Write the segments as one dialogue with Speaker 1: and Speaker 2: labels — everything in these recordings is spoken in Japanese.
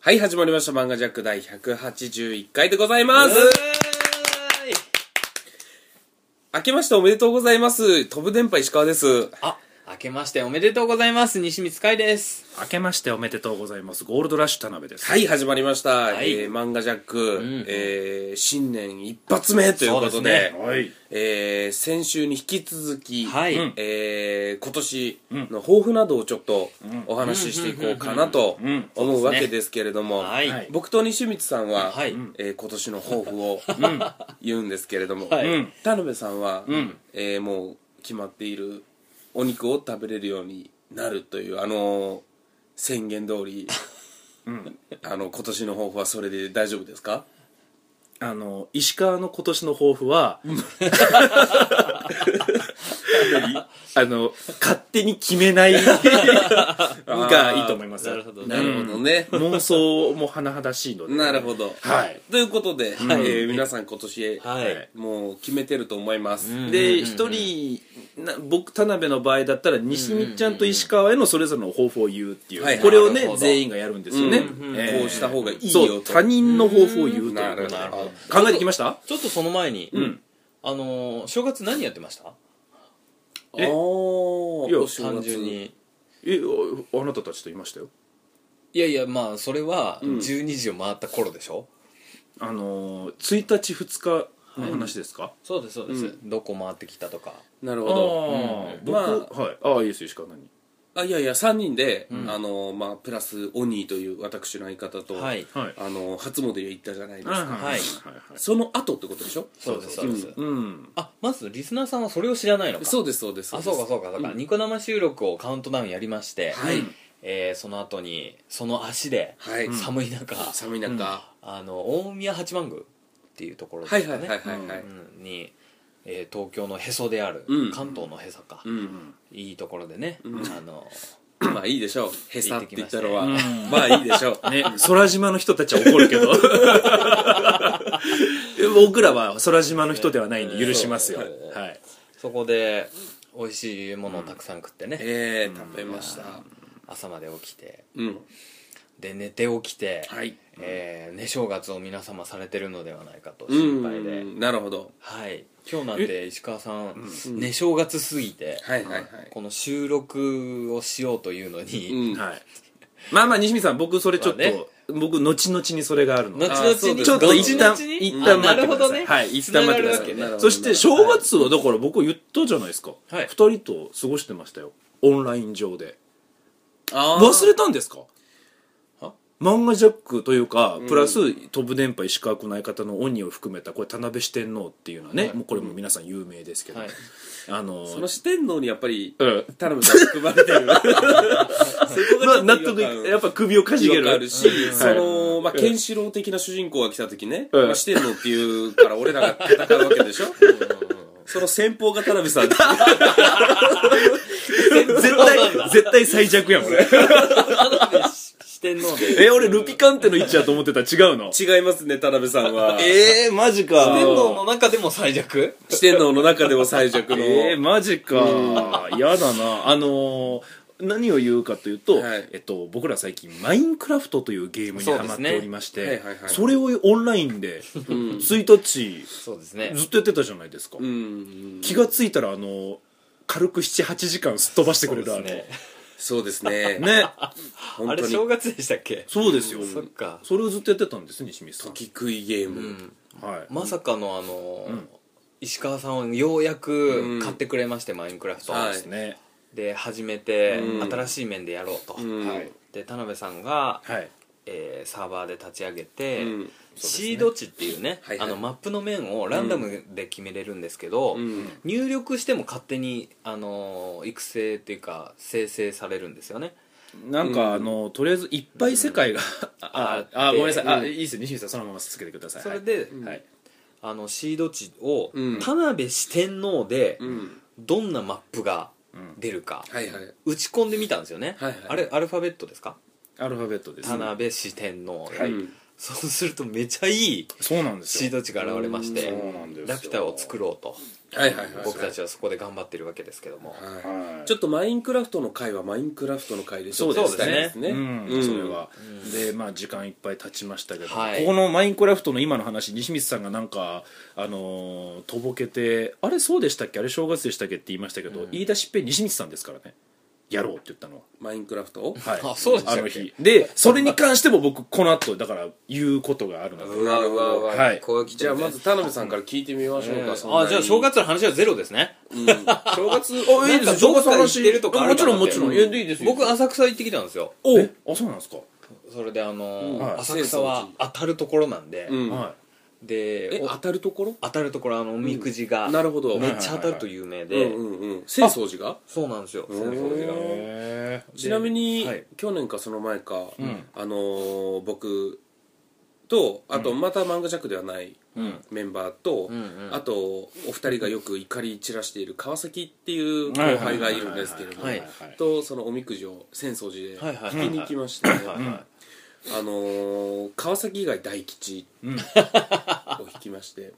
Speaker 1: はい、始まりました。漫画ジャック第181回でございま
Speaker 2: ますず。
Speaker 1: 明けましておめでとうございます。飛ぶ電波石川です。
Speaker 2: あ、明けましておめでとうございます。西光海です。
Speaker 3: 明けましておめでとうございますゴールドラッシュ田辺です、
Speaker 1: はい、始まりました。
Speaker 2: い
Speaker 1: えー漫画ジャック、
Speaker 2: ん
Speaker 1: えー新年一発目ということ
Speaker 2: そう
Speaker 1: で
Speaker 2: で、
Speaker 3: はい
Speaker 1: えー先週に引き続き、
Speaker 2: はい
Speaker 1: うんえー今年の抱負などをちょっとお話ししていこうかなと
Speaker 3: ん
Speaker 1: 思うわけですけれども、
Speaker 2: はい。
Speaker 3: は
Speaker 2: はいい。
Speaker 1: 僕と西光さんは、
Speaker 2: はい
Speaker 1: えー今年の抱負を言うんですけれども、
Speaker 2: はい
Speaker 3: うん
Speaker 1: 田辺さんは、
Speaker 3: ん
Speaker 1: えーもう決まっているお肉を食べれるようになるというあのー宣言通り、あの今年の抱負はそれで大丈夫ですか
Speaker 3: あの石川の今年の抱負は あの勝手に決めない がいいと思います
Speaker 2: なるほどね
Speaker 1: なるほどね、
Speaker 3: 妄想も甚だしいので
Speaker 1: なるほど、
Speaker 3: はい
Speaker 1: ということで、えー皆さん今年、
Speaker 2: はい
Speaker 1: もう決めてると思います、
Speaker 3: で一人な僕田辺の場合だったら西見ちゃんと石川へのそれぞれの抱負を言うっていう、
Speaker 1: はい
Speaker 3: これを
Speaker 2: なる
Speaker 3: ね
Speaker 2: ほど
Speaker 3: 全員がやるんですよね、
Speaker 1: うんうんこうした方がいいよ
Speaker 3: そう
Speaker 1: と
Speaker 3: 他人の抱負を言うという
Speaker 1: なるほどなるほ
Speaker 3: 考えてきました
Speaker 2: ちょっとその前に、
Speaker 3: ん
Speaker 2: あのー、正月何やってました
Speaker 3: え
Speaker 1: どああ
Speaker 3: いや
Speaker 1: お正月
Speaker 2: 単純に。
Speaker 3: えああなたたちといましたよ
Speaker 2: いやいや、まあ、それは、12時を回った頃でしょ、
Speaker 3: あのー、1日2日の話ですか、
Speaker 2: そうです、そうです、どこ回ってきたとか。
Speaker 1: なる
Speaker 3: あ
Speaker 1: ほどう
Speaker 3: あ
Speaker 1: ん
Speaker 3: 僕、
Speaker 1: ま
Speaker 3: はいああいいですよ石川何
Speaker 1: あいやいや3人で、あのまあ、プラスオニーという私の相方と、
Speaker 2: はい。
Speaker 3: はい
Speaker 1: あの初詣へ行ったじゃないですか、
Speaker 2: いはい
Speaker 1: その後ってことでしょ
Speaker 2: そうです、そうです。
Speaker 3: うん
Speaker 2: あ、まず、リスナーさんはそれを知らないのか。
Speaker 1: そうですそうです
Speaker 2: あそうかそうかだからニコ生収録をカウントダウンやりまして、
Speaker 1: はい
Speaker 2: えーその後にその足で
Speaker 1: はい、
Speaker 2: 寒い中、
Speaker 1: 寒い中、は
Speaker 2: あの大宮八幡宮っていうところ
Speaker 1: い
Speaker 2: で
Speaker 1: は
Speaker 2: す
Speaker 1: い
Speaker 2: か
Speaker 1: はい
Speaker 2: ね
Speaker 1: はいはい
Speaker 2: うんに、えー東京のへそである、
Speaker 1: うん
Speaker 2: 関東のへそか、
Speaker 1: うん、
Speaker 2: いいところでね、あの
Speaker 1: まあいいでしょうへさって言ったのは
Speaker 3: 行
Speaker 1: ま,、
Speaker 3: ってきましたね
Speaker 1: あいいでしょう、
Speaker 3: ね空島の人たちは怒るけど 僕らは空島の人ではないんで許しますよ、
Speaker 2: そうそう
Speaker 3: はい
Speaker 2: そこで美味しいものをたくさん食ってね、
Speaker 1: ええ食べました
Speaker 2: 朝まで起きて
Speaker 1: うん
Speaker 2: で寝て起きて、
Speaker 1: はい
Speaker 2: えー寝正月を皆様されてるのではないかと
Speaker 1: う
Speaker 2: 心配で。
Speaker 1: んなるほど
Speaker 2: はい今日なんて石川さん、寝正月過ぎて、
Speaker 1: はいはいはい、
Speaker 2: この収録をしようというのに、
Speaker 1: うん
Speaker 3: はいまあまあ西見さん僕それちょっと、
Speaker 2: まあね
Speaker 3: 僕後々にそれがあるので
Speaker 2: 後
Speaker 1: あ
Speaker 2: 々
Speaker 1: そうで
Speaker 2: に
Speaker 1: す
Speaker 3: ちょっと一旦
Speaker 2: 後々に
Speaker 3: 一旦待っ
Speaker 2: あなる
Speaker 3: てください、
Speaker 2: ほどね
Speaker 3: はい一旦待ってくださ
Speaker 1: つながるわけ
Speaker 3: い、
Speaker 1: ね
Speaker 3: そして正月はだから僕言ったじゃないですか、
Speaker 2: はい
Speaker 3: 二人と過ごしてましたよオンライン上で
Speaker 1: あー
Speaker 3: 忘れたんですか
Speaker 2: は
Speaker 3: 漫画ジャックというか、プラス飛ぶ電波石川君の相方の鬼を含めたこれ田辺四天王っていうのはね、もうこれも皆さん有名ですけど、
Speaker 2: はい
Speaker 3: あの
Speaker 1: その四天王にやっぱり
Speaker 3: うん
Speaker 1: 田辺さん含まれ てる
Speaker 3: まあ納得い
Speaker 1: 違和感
Speaker 3: やっぱ首をかじげ
Speaker 1: よく
Speaker 3: る
Speaker 1: あるし、
Speaker 3: ん
Speaker 1: その、まあ、ケンシロウ的な主人公が来た時ね、
Speaker 3: うん
Speaker 1: まあ、四天王っていうから俺らが戦うわけでしょその先方が田辺さん。
Speaker 3: 絶対絶対最弱やん俺
Speaker 2: 四天王で
Speaker 3: え俺ルピカンテの位置やと思ってた違うの
Speaker 1: 違いますね、田辺さん は。
Speaker 3: えー、マジか
Speaker 2: 四天王の中でも最弱
Speaker 1: 四天王の中でも最弱の。
Speaker 3: えー、マジか嫌だなあのー何を言うかというと、
Speaker 1: はい
Speaker 3: えっと、僕ら最近マインクラフトというゲームに
Speaker 2: そう
Speaker 3: ハ
Speaker 2: ですね
Speaker 3: マっておりまして
Speaker 1: は
Speaker 3: そ,、
Speaker 1: いはいはい
Speaker 3: れをオンラインで1日
Speaker 2: そうですね
Speaker 3: ずっとやってたじゃないですか、
Speaker 1: うん。
Speaker 3: 気がついたらあの軽く78時間すっ飛ばしてくれるあ
Speaker 2: そう
Speaker 3: の
Speaker 2: です
Speaker 3: ね
Speaker 2: ね
Speaker 1: そうですね。本
Speaker 2: あ
Speaker 1: 当
Speaker 2: れ
Speaker 1: に
Speaker 2: 正。月でしたっけ
Speaker 3: そうですよ、
Speaker 2: そっか
Speaker 3: それをずっとやってたんです西光さん
Speaker 1: 時食いゲーム。
Speaker 3: はい、
Speaker 2: まさかのあの、石川さんはようやく買ってくれまして、マインクラフトを、
Speaker 1: はい
Speaker 3: ね
Speaker 2: で始めて、
Speaker 1: うん
Speaker 2: 新しい面でやろうと、
Speaker 1: うん
Speaker 3: はい
Speaker 2: で田辺さんが、
Speaker 3: はい
Speaker 2: えーサーバーで立ち上げて、
Speaker 1: うん
Speaker 2: シード値っていうね、
Speaker 1: はいはい
Speaker 2: あのマップの面をランダムで決めれるんですけど、
Speaker 1: うん
Speaker 2: 入力しても勝手に、あのー育成っていうか生成されるんですよね
Speaker 3: なんか、あのとりあえずいっぱい世界が、あああごめんなさい、
Speaker 1: う
Speaker 3: あ
Speaker 1: ん
Speaker 3: いいですよ西光さんそのまま続けてください
Speaker 2: それで、
Speaker 3: はい、はい
Speaker 2: あのシード値を、
Speaker 1: うん
Speaker 2: 田辺四天王で、
Speaker 1: うん。
Speaker 2: どんなマップが出るか、
Speaker 1: はいはい。
Speaker 2: 打ち込んでみたんですよね、
Speaker 1: はいはい
Speaker 2: あれアルファベットですか
Speaker 3: アルファベットです
Speaker 2: 田辺四天王で、
Speaker 1: はい
Speaker 2: そうするとめちゃいい
Speaker 3: そうなんです
Speaker 2: シー
Speaker 3: よ
Speaker 2: ド値が現れまして
Speaker 3: うんそうなんですよ
Speaker 2: ラピュタを作ろうと
Speaker 1: はいはいはい
Speaker 2: 僕たちはそこで頑張ってるわけですけども、
Speaker 3: はい
Speaker 1: ちょっとマインクラフトの回はマインクラフトの回でち
Speaker 3: そ
Speaker 1: ょ
Speaker 3: う
Speaker 1: っ
Speaker 3: で
Speaker 1: と
Speaker 3: す
Speaker 1: したい
Speaker 3: ね
Speaker 1: ですね
Speaker 3: うん
Speaker 1: うん
Speaker 3: それは、でまあ時間いっぱい経ちましたけど、
Speaker 2: はい
Speaker 3: ここのマインクラフトの今の話西光さんがなんかあのーとぼけてあれそうでしたっけあれ正月でしたっけって言いましたけど、言い出しっぺ西光さんですからねやろうって言ったのは
Speaker 1: マインクラフトを
Speaker 3: はい、
Speaker 2: あそうでしたっけ
Speaker 3: の日でそれに関しても僕この後だから言うことがあるので、
Speaker 1: うわうわうわ
Speaker 3: はい
Speaker 2: こういう来て
Speaker 1: じゃあまず田辺さんから聞いてみましょうかそんなに
Speaker 2: あじゃあ正月の話はゼロですね
Speaker 1: 正月
Speaker 3: あいいですよ
Speaker 2: なんかどっか行ってるとかあるかなって
Speaker 3: もちろんもちろんいやいいですよ
Speaker 2: 僕浅草行ってきたんですよ
Speaker 3: おあそうなんですか、
Speaker 2: それであのー
Speaker 1: うんはい
Speaker 2: 浅草は当たるところなんで、
Speaker 1: うん
Speaker 3: は
Speaker 2: で
Speaker 1: え
Speaker 2: お
Speaker 1: 当たるところ
Speaker 2: 当たるところあのおみくじが、
Speaker 1: うんなるほど
Speaker 2: めっちゃ当たると有名で、
Speaker 1: うんうんうん浅草寺が
Speaker 2: そうなんですよ浅
Speaker 1: ん
Speaker 2: 草寺が
Speaker 3: いへー
Speaker 1: ちなみに、
Speaker 3: はい
Speaker 1: 去年かその前か、
Speaker 3: ん
Speaker 1: あのー僕とあとまた漫画ジャックではない
Speaker 3: うん
Speaker 1: メンバーと、
Speaker 2: うんうん
Speaker 1: あとお二人がよく怒り散らしている川崎っていう後輩がいるんですけれども
Speaker 2: はいはい
Speaker 1: とそのおみくじを浅草寺で
Speaker 2: はいはいはい
Speaker 1: 引きに行きまして、ね
Speaker 2: はいはい
Speaker 1: あのー川崎以外大吉
Speaker 3: ん
Speaker 1: を引きまして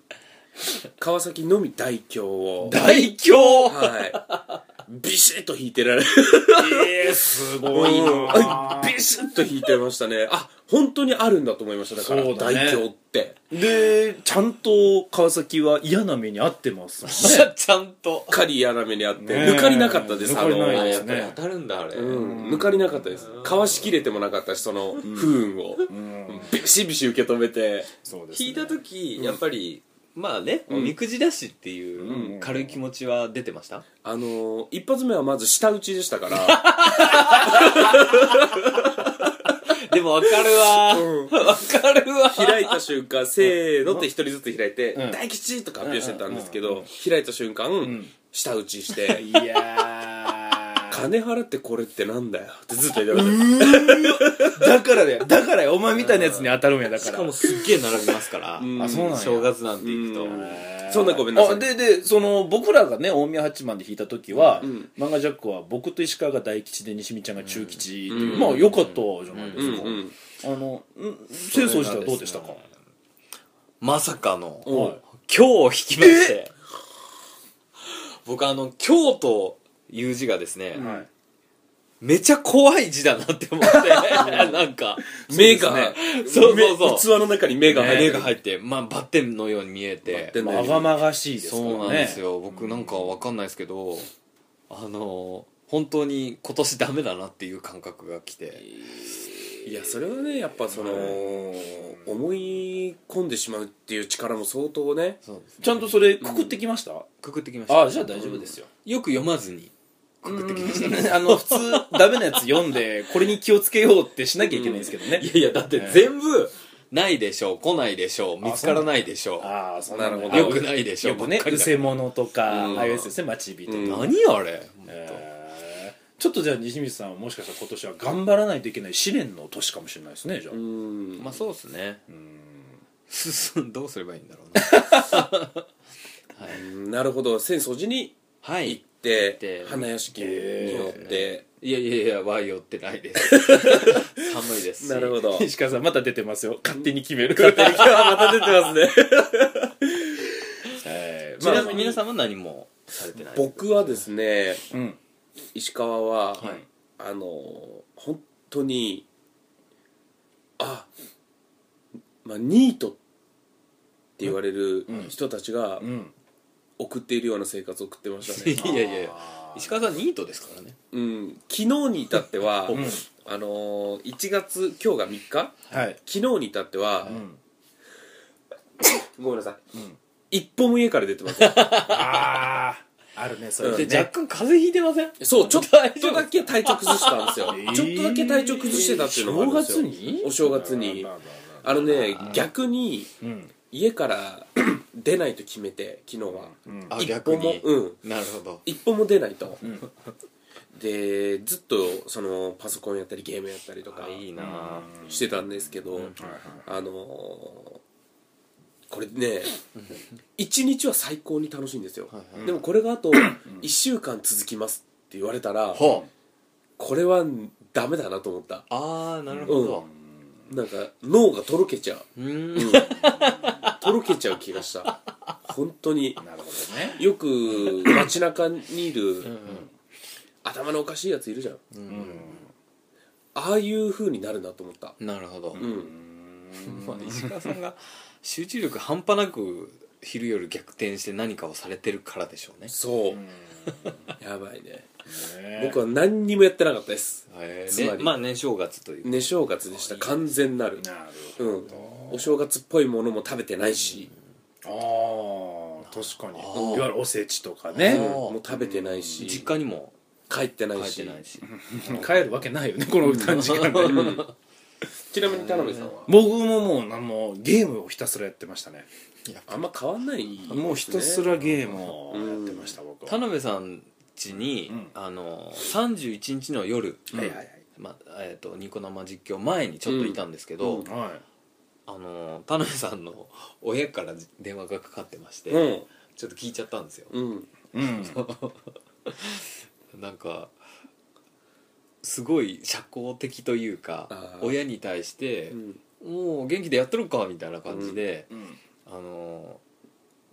Speaker 1: 川崎のみ大凶を、
Speaker 2: 大凶
Speaker 1: はい、ビシッと引いてられる
Speaker 3: えー、すごいな
Speaker 1: ビシッと引いてましたねあ本当にあるんだと思いましただから
Speaker 3: そうだね
Speaker 1: 大凶って
Speaker 3: でちゃんと川崎は嫌な目に遭ってますもんね
Speaker 2: ちゃんと
Speaker 1: うっかり嫌な目にあって、
Speaker 3: ねえ
Speaker 1: 抜かりなかったです
Speaker 3: 抜かりない
Speaker 1: あの
Speaker 3: で
Speaker 2: や
Speaker 3: す
Speaker 2: っぱ
Speaker 3: ね
Speaker 2: り当たるんだあれ、
Speaker 1: うん、抜かりなかったですかわしきれてもなかったしその不運を、
Speaker 3: ん
Speaker 1: ビシビシ受け止めて
Speaker 3: そうですね
Speaker 2: 引いた時、やっぱりまあねおみくじだしっていう軽い気持ちは出てました、
Speaker 1: あのー一発目はまず舌打ちでしたから
Speaker 2: でもわかるわ わかるわ
Speaker 1: 開いた瞬間せーのって一人ずつ開いて「
Speaker 3: うん
Speaker 1: 大吉!」とか発表してたんですけど、開いた瞬間、舌打ちして
Speaker 3: いや
Speaker 1: 「金払ってこれってなんだよ」ってずっと言ってました
Speaker 3: だからだよだからよお前みたいなやつに当たるんやだから
Speaker 2: しかもすっげえ並びますから、
Speaker 3: あそうなんや
Speaker 2: 正月なんて行くと、
Speaker 1: うんそんなごめんなさい
Speaker 3: あででその僕らがね大宮八幡で弾いた時は、
Speaker 1: ん
Speaker 3: 漫画ジャックは僕と石川が大吉で西見ちゃんが中吉っていう、
Speaker 1: うん
Speaker 3: まあ良かったじゃないで
Speaker 1: うん
Speaker 3: すか、
Speaker 1: うん
Speaker 3: あのん清掃したらどうでしたか
Speaker 2: まさかの
Speaker 1: お
Speaker 3: う
Speaker 2: 今日を引きまして僕あの「今日」という字がですね、
Speaker 3: はい
Speaker 2: めちゃ怖い字だなって思ってなんか
Speaker 1: 目が、
Speaker 2: そうそうそう
Speaker 1: 目器の中に目が入って
Speaker 2: 目
Speaker 1: る
Speaker 2: が入って、まあ、バッテンのように見えて
Speaker 1: で
Speaker 3: まがまがしいですからね
Speaker 2: そうなんですよ僕なんかわかんないですけどあの本当に今年ダメだなっていう感覚が来て
Speaker 1: いやそれはねやっぱその、思い込んでしまうっていう力も相当ね
Speaker 2: そうです
Speaker 3: ちゃんとそれくくってきました、
Speaker 2: くくってきました
Speaker 3: あじゃあ大丈夫ですよ、
Speaker 2: よく読まずにくくってきましたね
Speaker 3: あの普通ダメなやつ読んでこれに気をつけようってしなきゃいけないんですけどね、
Speaker 2: いやいやだって全部ないでしょう来ないでしょう見つからないでしょ
Speaker 3: ああそ
Speaker 1: なるほ
Speaker 2: う
Speaker 1: ど
Speaker 2: よく
Speaker 3: い
Speaker 2: ないでしょう
Speaker 3: よくね
Speaker 2: ばっか
Speaker 3: う
Speaker 2: りだ
Speaker 3: せものとか、
Speaker 2: うん
Speaker 3: ああいうやつですね待ち火とか、
Speaker 1: うん
Speaker 2: 何あれ
Speaker 3: えーちょっとじゃあ西光さんはもしかしたら今年は頑張らないといけない試練の年かもしれないですねじゃあ、
Speaker 1: ん
Speaker 2: まあそうですねうん どうすればいいんだろうなはい
Speaker 1: なるほど浅草寺に
Speaker 2: は
Speaker 1: 行っ
Speaker 2: い
Speaker 1: て
Speaker 2: 行って
Speaker 1: 花屋敷に寄って、
Speaker 2: いやいやいやは寄ってないです 寒いですし
Speaker 1: なるほ ど
Speaker 3: 西川さんまた出てますよ勝手に決める
Speaker 1: また出てますね
Speaker 3: えー
Speaker 2: ち
Speaker 3: ま
Speaker 2: な
Speaker 3: あ
Speaker 2: みに皆さんは何もされてない
Speaker 1: 僕はですね
Speaker 3: うん
Speaker 1: 石川
Speaker 2: は
Speaker 1: は、
Speaker 2: い
Speaker 1: あの本当にあまあニートって言われる人たちが
Speaker 3: うん
Speaker 1: 送っているような生活を送ってましたね
Speaker 2: いやいやいや石川さんニートですからね
Speaker 1: うん、昨日に至っては、あのー、1月今日が3日
Speaker 3: はい
Speaker 1: 昨日に至っては、
Speaker 3: ん
Speaker 1: ごめんなさい、一歩も家から出てません
Speaker 3: あああるねそれ
Speaker 2: で
Speaker 3: でね
Speaker 2: 若干風邪ひいてません
Speaker 1: そうちょっとだけ体調崩したんですよ、
Speaker 3: えー
Speaker 1: ちょっとだけ体調崩してたっていうのがあるんですよ
Speaker 3: 正月に
Speaker 1: お正月に
Speaker 3: あら
Speaker 1: あのね逆に
Speaker 3: うん
Speaker 1: 家から 出ないと決めて昨日は、
Speaker 2: あ
Speaker 1: 一
Speaker 2: 逆
Speaker 1: 歩も
Speaker 2: に
Speaker 1: うん
Speaker 2: なるほど
Speaker 1: 一歩も出ないと、でずっとそのパソコンやったりゲームやったりとか
Speaker 2: あいいなあ
Speaker 1: してたんですけど、あのーこれね1日は最高に楽しいんですよ、
Speaker 2: はいはい
Speaker 1: でもこれがあと1週間続きますって言われたら、
Speaker 2: ほう
Speaker 1: これはダメだなと思った
Speaker 2: ああなるほど
Speaker 1: なんか脳がとろけちゃう
Speaker 2: うん
Speaker 1: とろけちゃう気がした本当に
Speaker 3: なるほどね
Speaker 1: よく街中にいる、頭のおかしいやついるじゃん、ああいう風になるなと思った
Speaker 2: なるほど、
Speaker 1: うん、
Speaker 2: まあ、石川さんが集中力半端なく昼夜逆転して何かをされてるからでしょうね
Speaker 1: そう、
Speaker 3: うん
Speaker 1: やばいね
Speaker 3: ね
Speaker 1: 僕は何にもやってなかったです
Speaker 2: え
Speaker 1: つまり
Speaker 2: まあ年正月という
Speaker 1: 寝正月でした完全なる
Speaker 3: なる
Speaker 1: うんお正月っぽいものも食べてないし、
Speaker 3: ほどあー確
Speaker 2: あ
Speaker 3: かに
Speaker 2: ー
Speaker 3: いわゆるおせちとか
Speaker 1: うん
Speaker 2: あ
Speaker 3: ね
Speaker 2: ー
Speaker 1: もう食べてないし
Speaker 2: 実家にも
Speaker 1: 帰ってな
Speaker 2: 帰
Speaker 1: い
Speaker 2: って
Speaker 1: し
Speaker 2: ないし
Speaker 3: 帰るわけないよねこの短時 間で
Speaker 1: ちなみに田辺さんは
Speaker 3: 僕ももうなんもゲームをひたすらやってましたね
Speaker 1: あんま変わんない
Speaker 3: もうひたす
Speaker 1: ら
Speaker 3: らゲームをやってました僕は
Speaker 2: 田辺さん家に、
Speaker 3: うん
Speaker 2: あの31日の夜、
Speaker 3: はいはいはい
Speaker 2: まあえー、とニコ生実況前にちょっといたんですけど、
Speaker 1: うん
Speaker 3: はい
Speaker 2: あの田辺さんの親から電話がかかってまして、
Speaker 1: うん
Speaker 2: ちょっと聞いちゃったんですよ、
Speaker 1: うん
Speaker 3: うん
Speaker 2: なんかすごい社交的という
Speaker 1: あ
Speaker 2: か
Speaker 1: ー
Speaker 2: 親に対して
Speaker 1: う、ん
Speaker 2: もう元気でやっとるか」みたいな感じで、
Speaker 3: うん
Speaker 2: あの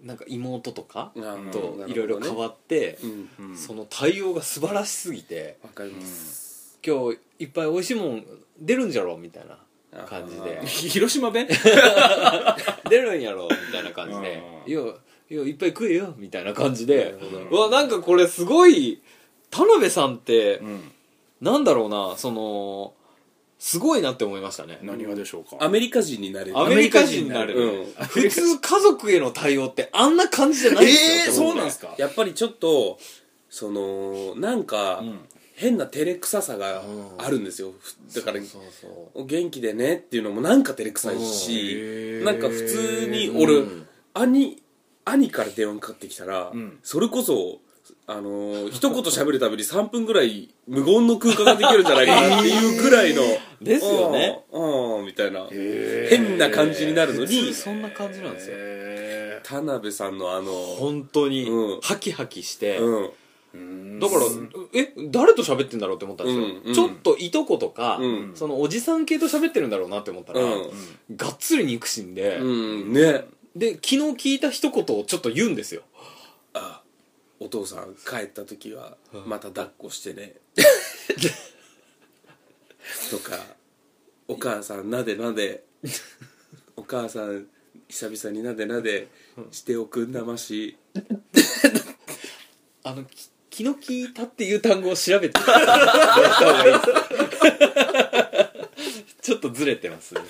Speaker 2: なんか妹とか
Speaker 1: あー
Speaker 2: と
Speaker 1: なるほどね
Speaker 2: いろいろ変わって、
Speaker 1: うん
Speaker 3: うん
Speaker 2: その対応が素晴らしすぎて
Speaker 1: わかります
Speaker 2: 「今日いっぱい美味しいもん出るんじゃろ」みたいな感じで
Speaker 3: 広島弁
Speaker 2: 「出るんやろ」みたいな感じで「
Speaker 3: うん
Speaker 2: いやいやいっぱい食えよ」みたいな感じで
Speaker 1: なるほ
Speaker 2: うわなんかこれすごい田辺さんって、
Speaker 3: うん
Speaker 2: なんだろうなそのすごいなって思いましたね
Speaker 3: 何がでしょうか
Speaker 1: アメリカ人になれる
Speaker 2: アメリカ人になれ
Speaker 1: う
Speaker 2: る、
Speaker 1: ん
Speaker 2: 普通家族への対応ってあんな感じじゃないですよ、
Speaker 3: そうなんですか
Speaker 1: やっぱりちょっとそのなんか
Speaker 3: うん
Speaker 1: 変な照れくささがあるんですよふだから
Speaker 2: そうそ
Speaker 1: お元気でねっていうのもなんか照れくさい
Speaker 3: うん
Speaker 1: し
Speaker 3: へー
Speaker 1: なんか普通に俺、
Speaker 2: うん
Speaker 1: 兄兄から電話かかってきたら、
Speaker 3: うん
Speaker 1: それこそあのー一言喋るたびに3分ぐらい無言の空間ができるんじゃないかなっていうぐらいの
Speaker 2: ですよね
Speaker 1: うんうんみたいな
Speaker 3: へー
Speaker 1: 変な感じになるの
Speaker 2: う
Speaker 1: に
Speaker 2: そんな感じなんですよ
Speaker 3: へ
Speaker 1: 田辺さんのあの
Speaker 2: 本当に、
Speaker 1: うん
Speaker 2: ハキハキして、
Speaker 1: うん
Speaker 3: ー
Speaker 2: だから、え誰と喋ってんだろうって思ったんですよ、
Speaker 1: うんうん
Speaker 2: ちょっといとことか、
Speaker 1: うん
Speaker 2: そのおじさん系と喋ってるんだろうなって思ったら、
Speaker 1: う
Speaker 2: がっつり憎しんで、
Speaker 1: ん、うん、ね
Speaker 2: で昨日聞いた一言をちょっと言うんですよ
Speaker 1: あお父さん帰った時はまた抱っこしてね とか「お母さんなでなで」「お母さん久々になでなでしておくんなまし
Speaker 2: あのき昨日聞いたっていう単語を調べて もらった方がいいですちょっとずれてますね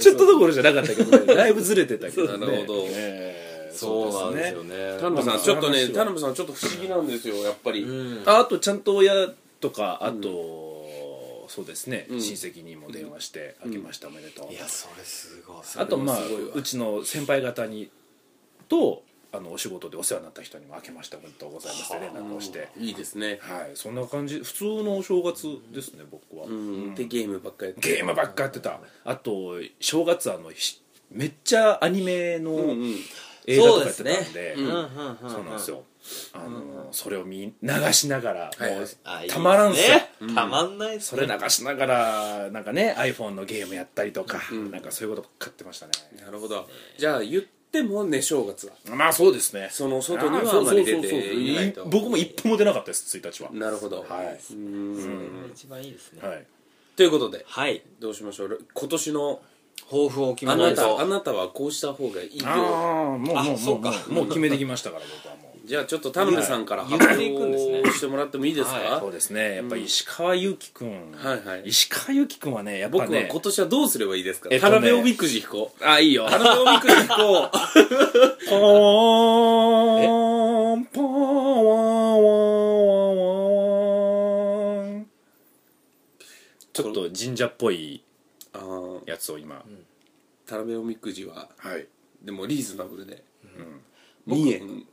Speaker 3: ちょっとどころじゃなかったけどねだいぶずれてたけどね
Speaker 1: なるほど
Speaker 3: ね
Speaker 2: そうなんですよね
Speaker 1: 田辺さん
Speaker 3: まあ
Speaker 1: ちょっと
Speaker 3: そ
Speaker 1: ね
Speaker 3: の話は
Speaker 1: 田辺さんちょっと不思議なんですよやっぱり、
Speaker 2: うん
Speaker 3: ああとちゃんと親とかあと、そうですね、
Speaker 1: ん
Speaker 3: 親戚にも電話して「あ、けましておめでとう」
Speaker 2: いやそれすごい
Speaker 3: あとまあ
Speaker 1: それはすごいわ
Speaker 3: うちの先輩方にとあのお仕事でお世話になった人にも「あけましておめでとうございます」って連絡をして、
Speaker 1: いいですね、
Speaker 3: はいそんな感じ普通のお正月ですね僕は、
Speaker 1: うん、でゲームばっかりやって
Speaker 3: ゲームばっかやってたあと正月あのひめっちゃアニメの
Speaker 1: うん
Speaker 3: 映画とかやってたんで,、
Speaker 2: そうですねうんうんうんうん
Speaker 3: そうなんですよあのそれを見流しながら、
Speaker 1: はい
Speaker 3: もう
Speaker 2: あいいです
Speaker 3: た
Speaker 2: ね
Speaker 3: まらんっすよ
Speaker 2: たまんないっす
Speaker 3: そ
Speaker 2: ね
Speaker 3: れ流しながらなんかね iPhone のゲームやったりとか、なんかそういうこと買ってましたね
Speaker 1: なるほどじゃあ言ってもね正月は
Speaker 3: まあそうですね
Speaker 1: その外に
Speaker 3: あー
Speaker 1: は
Speaker 3: そ
Speaker 1: あ
Speaker 3: う
Speaker 1: ま
Speaker 3: そう
Speaker 1: り
Speaker 3: そ
Speaker 1: 出
Speaker 3: うそう
Speaker 1: ていないと
Speaker 3: 僕も一歩も出なかったです1日は
Speaker 1: なるほど、
Speaker 3: はいう
Speaker 2: そ
Speaker 1: ん
Speaker 2: れが一番いいですね
Speaker 3: はい
Speaker 1: ということで
Speaker 2: はい
Speaker 1: どうしましょう今年の
Speaker 2: 抱負を決め
Speaker 1: あ
Speaker 2: な
Speaker 1: ないたあ
Speaker 2: と
Speaker 1: なたはこうした方がいい
Speaker 3: ああ
Speaker 1: よ
Speaker 3: もうもう
Speaker 2: あ
Speaker 3: もう
Speaker 2: そうか
Speaker 3: もうもう決めてきましたから僕はもう
Speaker 1: じゃあちょっと田辺さんから
Speaker 2: はい
Speaker 1: 発表
Speaker 2: 言っていくんですね
Speaker 1: してもらってもいいですか、
Speaker 2: は
Speaker 3: そうですねやっぱり石川祐希君、ん
Speaker 1: はいはい
Speaker 3: 石川祐希君はねやっぱ
Speaker 1: 僕は
Speaker 3: ね
Speaker 1: 今年はどうすればいいですか、
Speaker 3: えっと
Speaker 1: 田
Speaker 3: ね
Speaker 1: 辺おみくじ引こう
Speaker 3: あいいよ
Speaker 1: 田辺おみくじ引 こ
Speaker 3: ポーンポーンワンワンワンワンワンちょっと神社っぽいう
Speaker 1: あー
Speaker 3: やつを今、
Speaker 1: 田辺おみくじは
Speaker 3: はい
Speaker 1: でもリーズナブルで、
Speaker 2: 僕
Speaker 1: 2円
Speaker 3: もうい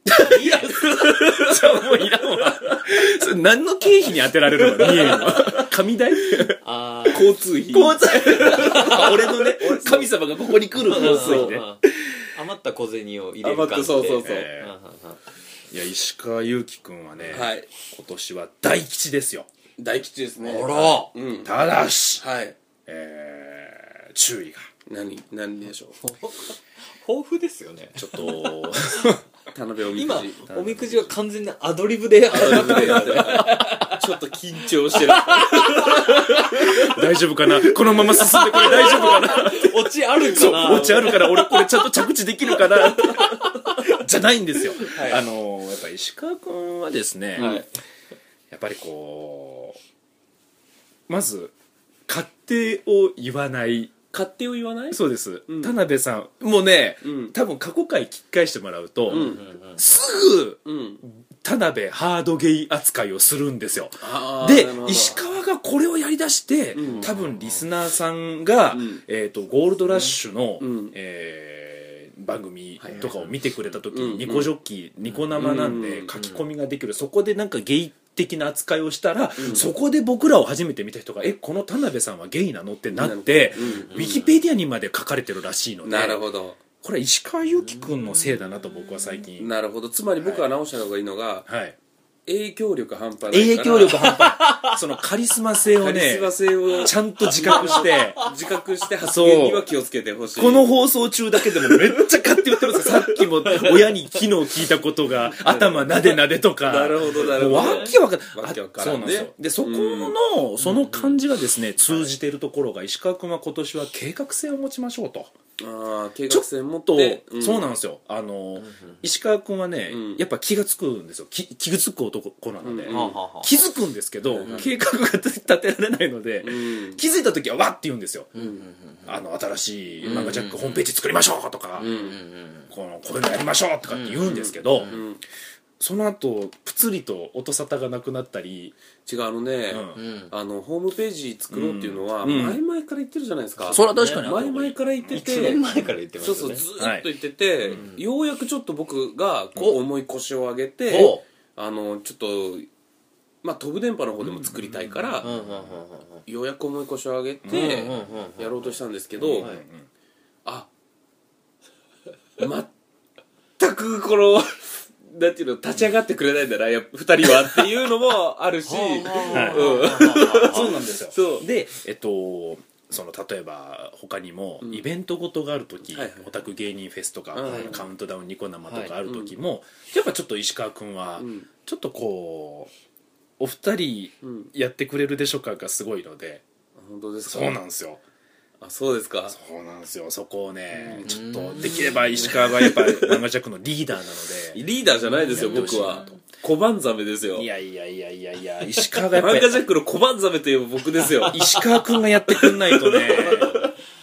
Speaker 3: らんわそれ何の経費に当てられるの2円は神代
Speaker 2: あ
Speaker 1: 交通費
Speaker 3: 交通俺のね神様がここに来る
Speaker 2: あ
Speaker 3: 交通費ね
Speaker 2: 余った小銭を入れ
Speaker 1: あ
Speaker 2: る
Speaker 1: ま
Speaker 2: 感
Speaker 1: た
Speaker 2: じで
Speaker 1: そうそうそう、
Speaker 3: え
Speaker 2: うんうん
Speaker 3: いや石川祐希君はね、
Speaker 1: はい
Speaker 3: 今年は大吉ですよ
Speaker 1: 大吉ですね
Speaker 2: うんあら
Speaker 1: うん
Speaker 3: ただし、
Speaker 1: はい
Speaker 3: えー注意が
Speaker 1: 何何でしょう
Speaker 2: 豊富ですよね
Speaker 3: ちょっと
Speaker 1: 田辺おみ
Speaker 2: 今
Speaker 1: くじ
Speaker 2: おみくじは完全なアドリブ で
Speaker 1: 田辺おみくじちょっと緊張してる
Speaker 3: 大丈夫かなこのまま進んでこれ大丈夫かな
Speaker 2: 落ちあるかな
Speaker 3: そう落ちあるから俺これちゃんと着地できるかな じゃないんですよ、あのやっぱ石川君はですね、
Speaker 2: はい
Speaker 3: やっぱりこうまず勝手を言わない
Speaker 1: 勝手を言わない
Speaker 3: そうです、
Speaker 1: うん
Speaker 3: 田辺さんもうね、
Speaker 1: うん
Speaker 3: 多分過去回聞き返してもらうと、
Speaker 1: うん
Speaker 3: すぐ
Speaker 1: うん
Speaker 3: 田辺ハードゲイ扱いをするんですよ
Speaker 1: あー
Speaker 3: で
Speaker 1: なるほど
Speaker 3: 石川がこれをやりだして、
Speaker 1: うん
Speaker 3: 多分リスナーさんが、
Speaker 1: うん
Speaker 3: えー、とゴールドラッシュの、
Speaker 1: うん
Speaker 3: えー番組とかを見てくれた時
Speaker 1: はいはい
Speaker 3: に
Speaker 1: はい
Speaker 3: ニコジョッキー、ニコ生なんで
Speaker 1: うん
Speaker 3: 書き込みができる、そこでなんかゲイ的な扱いをしたら、そこで僕らを初めて見た人が「えこの田辺さんはゲイなの?」ってなって、
Speaker 1: うん
Speaker 3: ウィキペディアにまで書かれてるらしいので
Speaker 1: なるほど
Speaker 3: これは石川祐希君のせいだなと僕は最近、
Speaker 1: なるほどつまり僕は直した方がいいのが
Speaker 3: はい、
Speaker 1: 影響力半端ないから
Speaker 3: 影響力半端 そのカリスマ性を
Speaker 1: カリ
Speaker 3: ね
Speaker 1: スマ性を
Speaker 3: ちゃんと自覚 して。
Speaker 1: 自覚して発言には気をつけてほしい
Speaker 3: この放送中だけでもめっちゃ勝手言ってるんですよ。さっきも親に昨日聞いたことが、頭なでなでとか。
Speaker 1: なるほどなるほど
Speaker 3: もうわけわかん
Speaker 1: わけわ
Speaker 3: あ
Speaker 1: からんね
Speaker 3: そうなんですよ。で、そこの、その感じがですね、通じてるところが、石川君は今年は計画性を持ちましょうと。
Speaker 1: ああ計
Speaker 3: ちょ
Speaker 1: 画
Speaker 3: っ
Speaker 1: 性持っ
Speaker 3: と
Speaker 1: て、
Speaker 3: そうなん
Speaker 1: ん
Speaker 3: ですよ。あの、石川君はね
Speaker 1: うん、
Speaker 3: やっぱ気がつくんですよ。き気がつく男なので
Speaker 1: うん。
Speaker 2: はあはあはあ
Speaker 3: 気づくんですけど
Speaker 1: うん、
Speaker 3: 計画が立てられないので
Speaker 1: う、ん
Speaker 3: 気づいた時はわって言うんですよ。
Speaker 2: うんうん
Speaker 3: あの新しい漫画ジャックホームページ作りましょうとか、
Speaker 1: う
Speaker 2: うんうんんうん
Speaker 3: このこういうのやりましょうとかって言うんですけど、
Speaker 1: うん
Speaker 3: その後プツリと音沙汰がなくなったり、
Speaker 1: 違うあの
Speaker 3: う
Speaker 1: ね、
Speaker 3: ん
Speaker 2: うん
Speaker 1: あのホームページ作ろうっていうのは、
Speaker 3: うん
Speaker 1: 前々から言ってるじゃないですか、
Speaker 3: それは確かにあった
Speaker 1: 前々から言ってて
Speaker 2: 1年前から言ってま
Speaker 1: そう
Speaker 2: した
Speaker 1: そ
Speaker 2: よ
Speaker 1: う
Speaker 2: ね
Speaker 1: ずーっと言ってて、ようやくちょっと僕がこう重い腰を上げて、
Speaker 2: おう
Speaker 1: あのちょっとまあ飛ぶ電波の方でも作りたいから、
Speaker 2: うんうんうんうん
Speaker 1: ようやく重い腰を上げて
Speaker 2: うんうんうんうん
Speaker 1: やろうとしたんですけど、
Speaker 2: はい
Speaker 1: あ全くこのなんていうの立ち上がってくれないんだなやっぱ二人はっていうのもあ るし
Speaker 2: は
Speaker 3: そうなんですよ
Speaker 1: そう
Speaker 3: でえっとその例えば他にもイベントごとがある時、
Speaker 1: はいはい
Speaker 3: オタク芸人フェスとか、
Speaker 1: はいはい
Speaker 3: カウントダウンニコ生とかある時も、やっぱちょっと石川君は、
Speaker 1: うん
Speaker 3: ちょっとこうお二人
Speaker 1: うん
Speaker 3: やってくれるでしょうかがすごいので、
Speaker 1: 本当ですか
Speaker 3: そうなんですよ
Speaker 1: あそうですか
Speaker 3: そうなんですよそこをねちょっとできれば石川がやっぱ漫画ジャックのリーダーなので
Speaker 1: リーダーじゃないですよ
Speaker 3: やって
Speaker 1: 僕
Speaker 3: ほしいな
Speaker 1: は
Speaker 3: と
Speaker 1: 小判ザメですよ
Speaker 3: いやいやいやいやいや石川がやっぱ
Speaker 1: 漫
Speaker 3: り
Speaker 1: 画ジャックの小判ザメといえば僕ですよ
Speaker 3: 石川君がやってくんないとね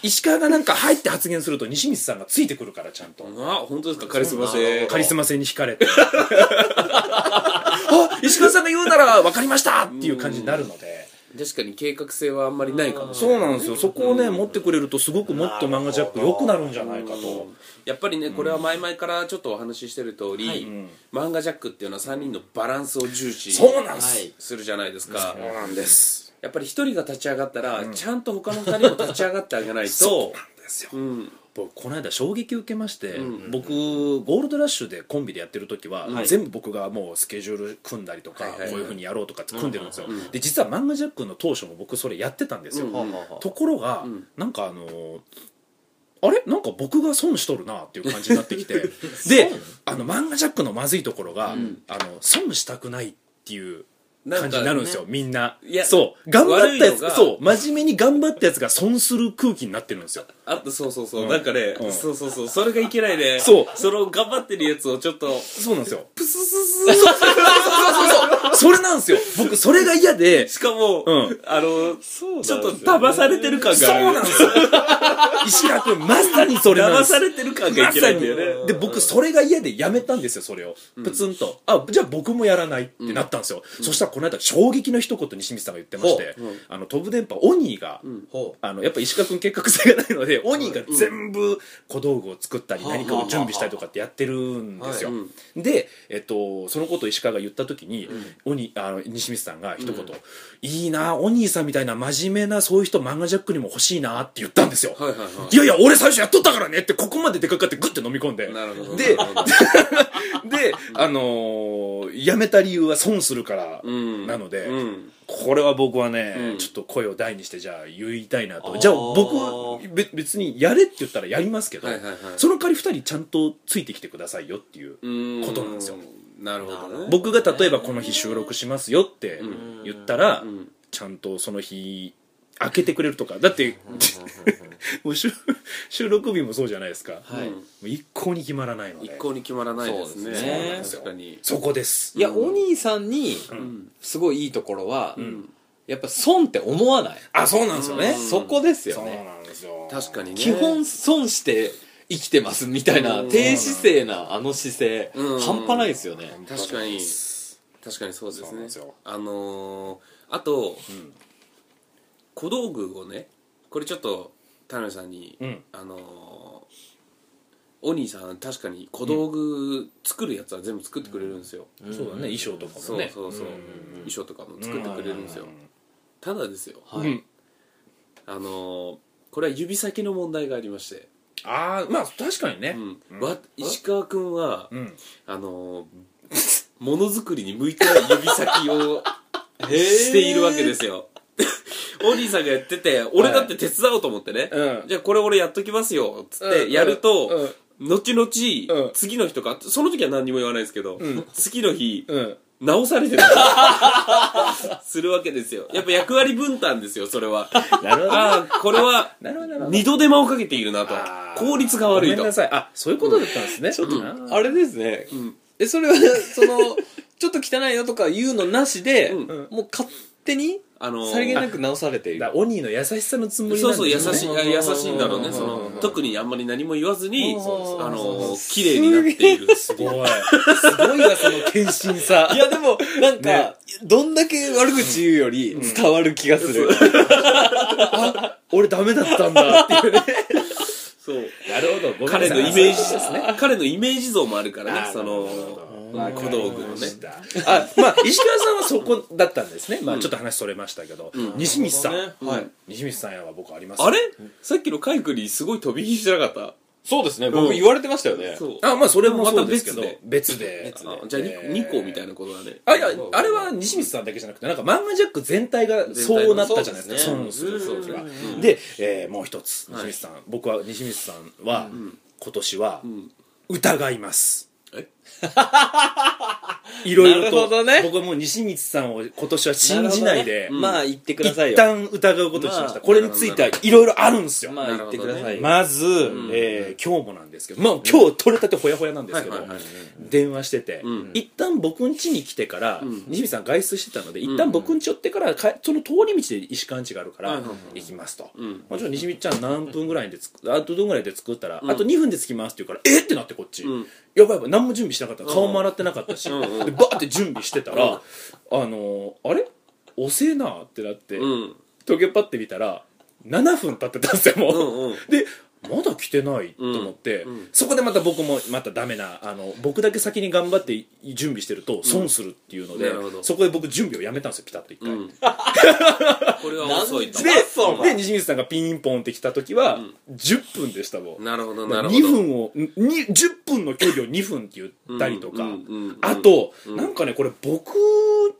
Speaker 3: 石川がなんか入って発言すると西光さんがついてくるからちゃんと
Speaker 1: あ本当ですかカリスマ性
Speaker 3: カリスマ性に惹かれてあ石川さんが言うなら分かりましたっていう感じになるので
Speaker 1: 確かに計画性はあんまりないかもしれない
Speaker 3: そうなんですよそこをね持ってくれるとすごくもっと漫画ジャック良くなるんじゃないかと
Speaker 1: やっぱりねこれは前々からちょっとお話ししてる通り、漫画ジャックっていうのは3人のバランスを重視
Speaker 3: そうなんです、
Speaker 2: はい
Speaker 1: するじゃないですか、
Speaker 3: そうなんです
Speaker 1: やっぱり一人が立ち上がったら、ちゃんと他の2人も立ち上がってあげない
Speaker 3: そ
Speaker 1: と
Speaker 3: うなんですよ
Speaker 1: うん
Speaker 3: 僕この間衝撃受けまして、僕ゴールドラッシュでコンビでやってる時は、
Speaker 2: はい
Speaker 3: 全部僕がもうスケジュール組んだりとか、
Speaker 1: はいはいはい
Speaker 3: こういうふうにやろうとかって組んでるんですよ、で実は「マンガジャック」の当初も僕それやってたんですよ、
Speaker 1: うん
Speaker 2: あはあはあ
Speaker 3: ところが、
Speaker 1: ん
Speaker 3: なんかあのーあれなんか僕が損しとるなっていう感じになってきてであの漫画ジャックのまずいところが、あの損したくないっていう感じになるんですよ、みんない
Speaker 1: や
Speaker 3: そう頑張った
Speaker 1: 悪い
Speaker 3: や
Speaker 1: の
Speaker 3: つ
Speaker 1: が
Speaker 3: そう真面目に頑張ったやつが損する空気になってるんですよ
Speaker 1: あとそうそうそう、
Speaker 3: うん
Speaker 1: なんかね、
Speaker 3: うん
Speaker 1: そうそうそうそれがいけないね
Speaker 3: そう
Speaker 1: その頑張ってるやつをちょっと
Speaker 3: そうなんですよ
Speaker 1: プスススス
Speaker 3: それなんですよ僕それが嫌で
Speaker 1: しかも、
Speaker 3: うん
Speaker 1: あの
Speaker 2: そうなんです
Speaker 1: ちょ
Speaker 2: よ
Speaker 1: っ
Speaker 2: ね
Speaker 1: と騙されてる感
Speaker 3: そう
Speaker 1: がある
Speaker 3: なんですよ石川君まさにそれなん
Speaker 1: 騙
Speaker 3: です
Speaker 1: されてる感がいけないんだよね
Speaker 3: で僕それが嫌でやめたんですよそれを、プツンとあじゃあ僕もやらないってなったんですよ、そしたらこの間衝撃の一言に清水さんが言ってまして、
Speaker 1: ほううん
Speaker 3: あの飛ぶ電波オニーが、
Speaker 2: ほ
Speaker 3: あのやっぱ石川君計画性がないのでオニーが全部小道具を作ったり
Speaker 2: はあ
Speaker 3: 何かを準備したりとかってやってるんですよ、
Speaker 1: はいうん
Speaker 3: で、えっと、そのことを石川が言った時に、オニあの西光さんが一言、いいなオニーさんみたいな真面目なそういう人漫画ジャックにも欲しいなって言ったんですよ、
Speaker 1: はいはいはい
Speaker 3: いやいや、俺最初やっとったからねって、ここまででかかってグッて飲み込んで。
Speaker 1: なるほど
Speaker 3: で
Speaker 1: なるほ、
Speaker 3: で、あのーの辞めた理由は損するから
Speaker 1: うん
Speaker 3: なので、
Speaker 1: うん
Speaker 3: これは僕はね、
Speaker 1: うん
Speaker 3: ちょっと声を大にしてじゃあ言いたいな
Speaker 2: あ
Speaker 3: と
Speaker 2: ー
Speaker 3: じゃあ僕はべ別にやれって言ったらやりますけど、
Speaker 1: はいはいはい
Speaker 3: その代わり2人ちゃんとついてきてくださいよっていう、
Speaker 1: うん
Speaker 3: ことなんですよ
Speaker 1: なるほどね
Speaker 3: 僕が例えばこの日収録しますよって
Speaker 2: うん
Speaker 3: 言ったら、
Speaker 1: うん
Speaker 3: ちゃんとその日開けてくれるとかだって もう収収録日もそうじゃないですか、
Speaker 2: はい
Speaker 3: もう一向に決まらないので
Speaker 1: 一向に決まらないですね
Speaker 2: そうです
Speaker 3: ね
Speaker 1: 確かに
Speaker 3: そこです
Speaker 2: いやお兄さんに
Speaker 1: うん
Speaker 2: すごいいいところは、
Speaker 1: ん
Speaker 2: やっぱ損って思わない、
Speaker 3: あそうなんですよね、
Speaker 1: うん
Speaker 2: そこですよ
Speaker 3: そう
Speaker 2: ね
Speaker 3: なんですよ
Speaker 1: 確かにね
Speaker 2: 基本損して生きてますみたいな
Speaker 1: うん
Speaker 2: 低姿勢なあの姿勢
Speaker 1: うん
Speaker 2: 半端ないですよね
Speaker 1: 確かに確かにそう
Speaker 3: そうなん
Speaker 1: で
Speaker 3: ですす
Speaker 1: ね
Speaker 3: よ
Speaker 1: あのーあと
Speaker 3: うん
Speaker 1: 小道具をねこれちょっと田辺さんに
Speaker 3: うん
Speaker 1: あのーお兄さん確かに小道具作るやつは全部作ってくれるんですよ、
Speaker 3: そうだね衣装とか
Speaker 1: そ
Speaker 3: も
Speaker 1: う
Speaker 3: ね
Speaker 1: そうそう、衣装とかも作ってくれるんですよ、
Speaker 3: う
Speaker 1: ただですよ、
Speaker 2: はい、
Speaker 3: うん
Speaker 1: あのーこれは指先の問題がありまして、
Speaker 3: ああまあ確かにね
Speaker 1: うん
Speaker 3: うん
Speaker 1: わ石川君は、
Speaker 3: うん
Speaker 1: あのーものづくりに向いてない指先をしているわけですよ お兄さんがやってて俺だって手伝おうと思ってね、
Speaker 3: うん
Speaker 1: じゃあこれ俺やっときますよつっ
Speaker 3: う
Speaker 1: て
Speaker 3: ん
Speaker 1: やると、
Speaker 3: うん
Speaker 1: 後々、
Speaker 3: ん
Speaker 1: 次の日とかその時は何にも言わないですけど、
Speaker 3: ん
Speaker 1: 次の日、
Speaker 3: うん
Speaker 1: 直されてる するわけですよやっぱ役割分担ですよそれ は
Speaker 3: なるほど
Speaker 1: ああこれは
Speaker 3: なるほどなるほど
Speaker 1: 二度手間をかけているなと
Speaker 3: あー
Speaker 1: 効率が悪い
Speaker 3: ごめ
Speaker 1: と
Speaker 3: んなさいあそういうことだったんですねちょっと
Speaker 2: あれですね、
Speaker 1: ん
Speaker 2: えそれ はそのちょっと汚いなとか言うのなしで、
Speaker 1: うん
Speaker 2: もう勝手に
Speaker 1: あのー
Speaker 2: さりげなく直されている
Speaker 3: オニーの優しさのつもり
Speaker 1: そ
Speaker 3: な
Speaker 1: うんそう優
Speaker 3: で
Speaker 1: し
Speaker 3: すね
Speaker 1: いあ優しいんだろうね
Speaker 2: うん
Speaker 1: その
Speaker 2: うん
Speaker 1: 特にあんまり何も言わずに
Speaker 2: うん
Speaker 1: あ
Speaker 2: う
Speaker 1: の
Speaker 2: ん
Speaker 1: ー綺麗になっている
Speaker 3: すごいすごいわその献身さ
Speaker 2: いやでもなんか、
Speaker 3: ね
Speaker 2: どんだけ悪口言うより伝わる気がする、
Speaker 3: 俺ダメだったんだっていうね
Speaker 1: そう
Speaker 3: なるほどごめんな
Speaker 1: 彼
Speaker 3: さい
Speaker 1: のイメージですね彼のイメージ像もあるから
Speaker 3: あ
Speaker 1: ね
Speaker 3: ー
Speaker 1: そ
Speaker 3: なるほ
Speaker 1: の
Speaker 3: ど
Speaker 1: うん小道具のね
Speaker 3: あまあ石川さんはそこだったんですね、まあ、ちょっと話それましたけど、西光さん、
Speaker 2: はい
Speaker 1: うん
Speaker 3: 西光さんやは僕あります
Speaker 1: あれさっきのカイクリすごい飛び火してなかった
Speaker 2: そうですね
Speaker 1: う
Speaker 2: 僕
Speaker 1: ん
Speaker 2: 言われてましたよね、
Speaker 1: そう
Speaker 3: あまあそれもそうですけど
Speaker 1: また
Speaker 3: 別で
Speaker 2: 別で
Speaker 1: あじゃあ
Speaker 3: えー
Speaker 1: 2, 個みたいなことだね
Speaker 3: あいやあれは西光さんだけじゃなくてなんか漫画ジャック全体がそうなったじゃないですか
Speaker 2: 全体
Speaker 3: 損
Speaker 2: が
Speaker 3: する時は
Speaker 1: うん
Speaker 3: で、えーもう一つ西光さん、僕は西光さんは、今年は
Speaker 1: ん
Speaker 3: 疑います
Speaker 1: え
Speaker 3: いろいろ
Speaker 2: なるほ
Speaker 3: と、
Speaker 2: どね
Speaker 3: 僕はもう西光さんを今年は信じない
Speaker 2: る
Speaker 3: で、
Speaker 2: ほどねまあ言ってください
Speaker 3: 一
Speaker 2: よ
Speaker 3: 旦疑うことにしました、
Speaker 2: まあ
Speaker 3: これについてはいろいろあるんですよ、
Speaker 2: まあ言ってくださいよ、
Speaker 3: まず、えー今日もなんですけど、まあ、今日取れたてほやほやなんですけど、
Speaker 1: はいはいはい
Speaker 3: 電話してて、
Speaker 1: うん
Speaker 3: 一旦僕ん家に来てから、
Speaker 1: ん
Speaker 3: 西見さん外出してたので一旦僕ん家寄ってからかその通り道で石川ん家があるから、
Speaker 1: はいはいはい
Speaker 3: 行きますと、
Speaker 1: うん
Speaker 3: もちろん西見ちゃん何分ぐらいで つくあとどんぐらいで作ったら、あと2分で着きますって言うからえっってなってこっち、
Speaker 1: うん
Speaker 3: やばいやばい何も準備してなかった顔も洗ってなかったし、
Speaker 1: うんうん
Speaker 3: でバーって準備してたら、あのーあれ遅えなってなって、
Speaker 1: うん
Speaker 3: 時計パッて見たら7分経ってたんですよもう、
Speaker 1: うんうん
Speaker 3: でまだ来てないと思って、
Speaker 1: うんうん
Speaker 3: そこでまた僕もまたダメなあの僕だけ先に頑張って準備してると損するっていうので、
Speaker 1: うんなるほど
Speaker 3: そこで僕準備をやめたんですよピタッと一回、
Speaker 1: うんこれは遅いと
Speaker 2: なんでそう
Speaker 3: で西水さんがピンポンって来た時は、10分でしたもん
Speaker 1: なるほどなるほど
Speaker 3: 2分をに10分の距離を2分って言ったりとか、
Speaker 1: うんうんうんうん
Speaker 3: あと、なんかねこれ僕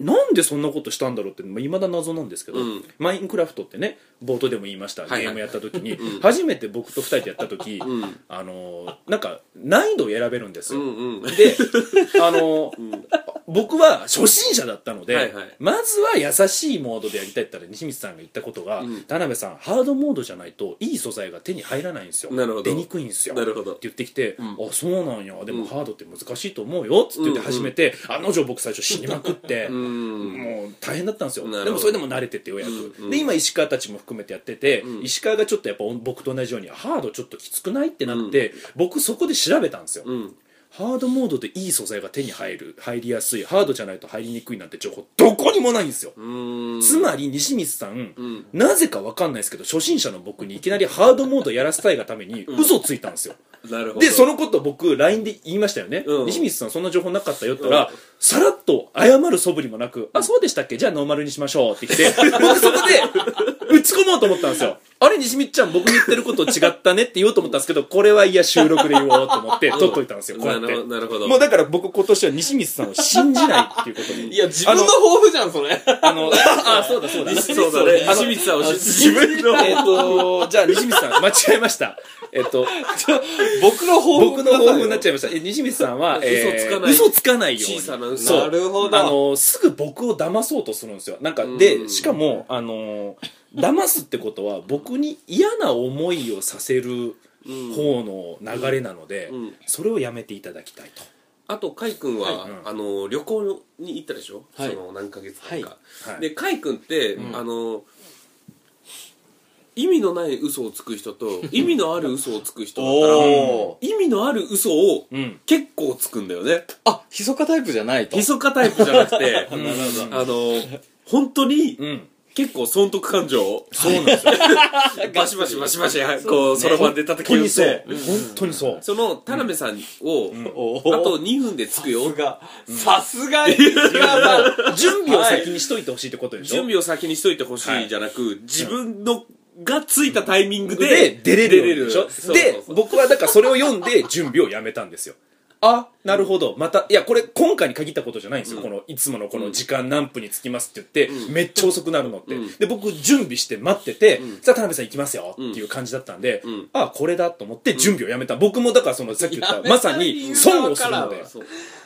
Speaker 3: なんでそんなことしたんだろうっていまあ未だ謎なんですけど、
Speaker 1: うん
Speaker 3: マインクラフトってね冒頭でも言いました、
Speaker 1: いはい
Speaker 3: ゲームやった時に、
Speaker 1: うん
Speaker 3: 初めて僕と2人でやった時、
Speaker 1: うん
Speaker 3: あのーなんか難易度を選べるんです
Speaker 1: う
Speaker 3: よ、
Speaker 1: んうん
Speaker 3: で、あのー僕は初心者だったので、
Speaker 1: はいはい
Speaker 3: まずは優しいモードでやりたいって言ったら西光さんが言ったことが、
Speaker 1: うん
Speaker 3: 田辺さんハードモードじゃないといい素材が手に入らないんですよ
Speaker 1: なるほど
Speaker 3: 出にくいんですよ
Speaker 1: なるほど
Speaker 3: って言ってきて、
Speaker 1: ん
Speaker 3: あそうなんやでもハードって難しいと思うよっつって言って始めて、あの女僕最初死にまくって、
Speaker 1: うん
Speaker 3: もう大変だったんですよ
Speaker 1: なるほど
Speaker 3: でもそれでも慣れてってようやく、
Speaker 1: うんうん
Speaker 3: で今石川たちも含めてやってて、
Speaker 1: うん
Speaker 3: 石川がちょっとやっぱ僕と同じようにハードちょっときつくないってなって、僕そこで調べたんですよ、
Speaker 1: うん
Speaker 3: ハードモードでいい素材が手に入る入りやすいハードじゃないと入りにくいなんて情報どこにもないんですよ、
Speaker 1: うん
Speaker 3: つまり西光さん、
Speaker 1: ん
Speaker 3: なぜかわかんないですけど初心者の僕にいきなりハードモードやらせたいがために嘘ついたんですよ、
Speaker 1: なるほど
Speaker 3: でそのことを僕 LINE で言いましたよね、
Speaker 1: うん
Speaker 3: 西光さんそんな情報なかったよって言ったら、
Speaker 1: うん
Speaker 3: さらっと謝る素振りもなく「あそうでしたっけじゃあノーマルにしましょう」って来て僕そこで打ち込もうと思ったんですよあれ西光ちゃん僕に言ってること違ったねって言おうと思ったんですけどこれはいや収録で言おうと思って撮っといたんですよこう
Speaker 1: な
Speaker 3: やって
Speaker 1: るほどなるほど
Speaker 3: もうだから僕今年は西光さんを信じないっていうことに
Speaker 2: いや自分の抱負じゃんそれ
Speaker 3: あのあそうだそうだ
Speaker 1: そうだね
Speaker 3: あの
Speaker 1: 西光さんを
Speaker 3: 自分 のえっとじゃあ西光さん間違えましたえっと
Speaker 2: 僕の抱負
Speaker 3: 僕の抱負になっちゃいましたえ西光さんは、えー
Speaker 1: 嘘つかない
Speaker 3: 嘘つかないように
Speaker 1: 小さな嘘
Speaker 3: そう
Speaker 2: なるほど
Speaker 3: あのすぐ僕を騙そうとするんですよなんか
Speaker 1: う
Speaker 3: で
Speaker 1: ん
Speaker 3: しかもあの騙すってことは僕に嫌な思いをさせる方の流れなので、
Speaker 1: うんうん
Speaker 3: それをやめていただきたいと、
Speaker 1: あと海君は、
Speaker 3: はいうん
Speaker 1: あの旅行に行ったでしょ、
Speaker 2: はい
Speaker 1: その何ヶ月間か、
Speaker 3: はい
Speaker 1: で海君って、
Speaker 2: うん
Speaker 1: あの意味のない嘘をつく人と 意味のある嘘をつく人だったら
Speaker 2: おー
Speaker 1: 意味のある嘘を
Speaker 3: うん、
Speaker 1: 結構つくんだよね
Speaker 2: あひそかタイプじゃないと
Speaker 1: ひそかタイプじゃなくてあ
Speaker 3: なるほど
Speaker 1: の本当に
Speaker 3: うん、
Speaker 1: 結構損得感情を
Speaker 3: そうなんですよ
Speaker 1: バシバシバシバシこう
Speaker 2: そです
Speaker 1: そうろ
Speaker 2: ね
Speaker 1: ばんで叩き打って
Speaker 3: 本当にそう
Speaker 1: その田辺さんを、
Speaker 3: ん
Speaker 2: お
Speaker 1: あと
Speaker 2: ー
Speaker 1: 2分でつくよ
Speaker 2: さすがさすがに違う な
Speaker 3: 準備を先にしといてほしいってことでしょ
Speaker 1: 準備を先にしといてほしいじゃなく、自分のがついたタイミング
Speaker 3: で
Speaker 1: で
Speaker 3: 出れるようにでしょ
Speaker 1: そうそう
Speaker 3: で
Speaker 1: そう
Speaker 3: 僕はだからそれを読んで準備をやめたんですよあなるほどまたいやこれ今回に限ったことじゃないんですよ、このいつものこの時間何分に着きますって言って、めっちゃ遅くなるのって、
Speaker 1: うん
Speaker 3: で僕準備して待ってて、さあ田辺さん行きますよっていう感じだったんで、
Speaker 1: ん
Speaker 3: あこれだと思って準備をやめた、僕もだからそのさっき言った
Speaker 2: めた
Speaker 3: まさに損をするので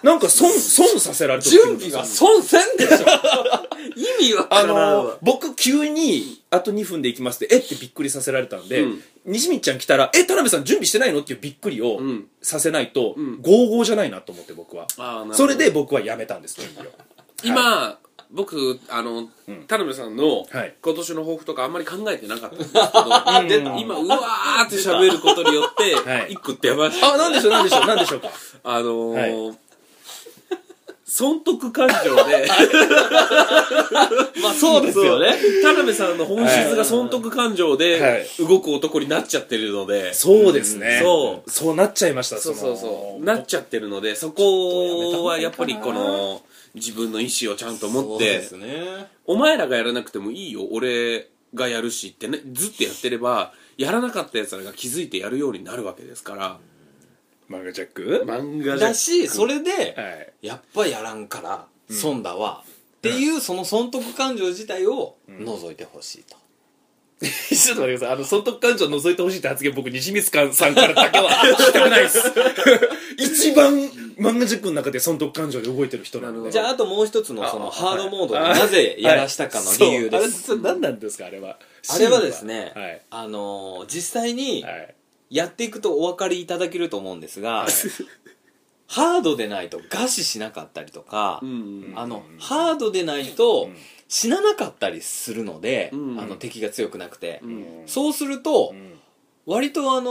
Speaker 3: なんか損損させられてる
Speaker 2: 準備は損せんでしょ
Speaker 1: 意味わから
Speaker 3: あ
Speaker 1: ん
Speaker 3: の
Speaker 1: わ
Speaker 3: 僕急にあと2分で行きますってえってびっくりさせられたんで、
Speaker 1: うん
Speaker 3: 西光ちゃん来たらえ田辺さん準備してないのっていうびっくりを
Speaker 1: うん
Speaker 3: させないと、
Speaker 1: ん
Speaker 3: ゴーゴーじゃないなと思って僕は
Speaker 1: あーなるほど
Speaker 3: それで僕はやめたんです準備を
Speaker 1: 今僕あの
Speaker 3: うん
Speaker 1: 田辺さんの
Speaker 3: はい
Speaker 1: 今年の抱負とかあんまり考えてなかったんですけど
Speaker 3: 出た
Speaker 1: 今うわーって喋ることによっ
Speaker 3: はい
Speaker 1: て一個出ました
Speaker 3: あなんでしょうなんでしょうなんでしょうか
Speaker 1: あの
Speaker 3: は
Speaker 1: ー損得感情 で
Speaker 2: まあそうですよね
Speaker 1: そう田辺さんの本質が損得感情
Speaker 3: は
Speaker 1: で
Speaker 3: い
Speaker 1: 動く男になっちゃってるので
Speaker 3: そうです
Speaker 1: う
Speaker 3: ね、
Speaker 1: んそう
Speaker 3: そうなっちゃいました
Speaker 1: そうそうそう
Speaker 3: の
Speaker 1: なっちゃってるのでそこはやっぱりこの自分の意思をちゃんと持
Speaker 2: そう
Speaker 1: っ
Speaker 2: で
Speaker 1: て
Speaker 2: すね
Speaker 1: お前らがやらなくてもいいよ俺がやるしってねずっとやってればやらなかったやつらが気づいてやるようになるわけですから
Speaker 3: マンガジャック、
Speaker 1: 漫画
Speaker 2: だしそれで
Speaker 3: はい
Speaker 2: やっぱやらんから損だわ、っていうその損得感情自体を除いてほしいと、
Speaker 3: ちょっと待ってください。あの、損得感情を除いてほしいって発言、僕、西光さんからだ けは聞きたくないです。 一番、漫画塾の中で損得感情で動いてる人なので。
Speaker 2: じゃああともう一つのその
Speaker 3: あ
Speaker 2: ハードモードを
Speaker 3: はい
Speaker 2: なぜやらしたかの理由で
Speaker 3: そう
Speaker 2: す、
Speaker 3: あれ、何なんですか、あれは。
Speaker 2: あれはですね、
Speaker 3: はい。
Speaker 2: あのー実際に
Speaker 3: はい。
Speaker 2: やっていくとお分かりいただけると思うんですが、
Speaker 3: はい
Speaker 2: ハードでないと餓死しなかったりとか、
Speaker 1: うん
Speaker 2: あの、
Speaker 3: うん
Speaker 2: ハードでないと
Speaker 3: うん
Speaker 2: 死ななかったりするので、
Speaker 1: うん
Speaker 2: あの敵が強くなくて、
Speaker 1: うん
Speaker 2: そうすると、
Speaker 3: うん
Speaker 2: 割とあの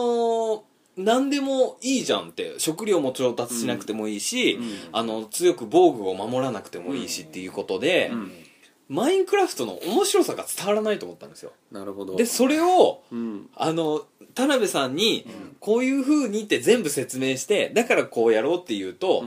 Speaker 2: ー何でもいいじゃんって食料も調達しなくてもいいし、
Speaker 1: うん
Speaker 2: あの強く防具を守らなくてもいいしっていうことで、
Speaker 1: うん
Speaker 2: マインクラフトの面白さが伝わらないと思ったんですよ
Speaker 1: なるほど
Speaker 2: でそれを
Speaker 1: うん
Speaker 2: あの田辺さんにこういう風にって全部説明してだからこうやろうって言うと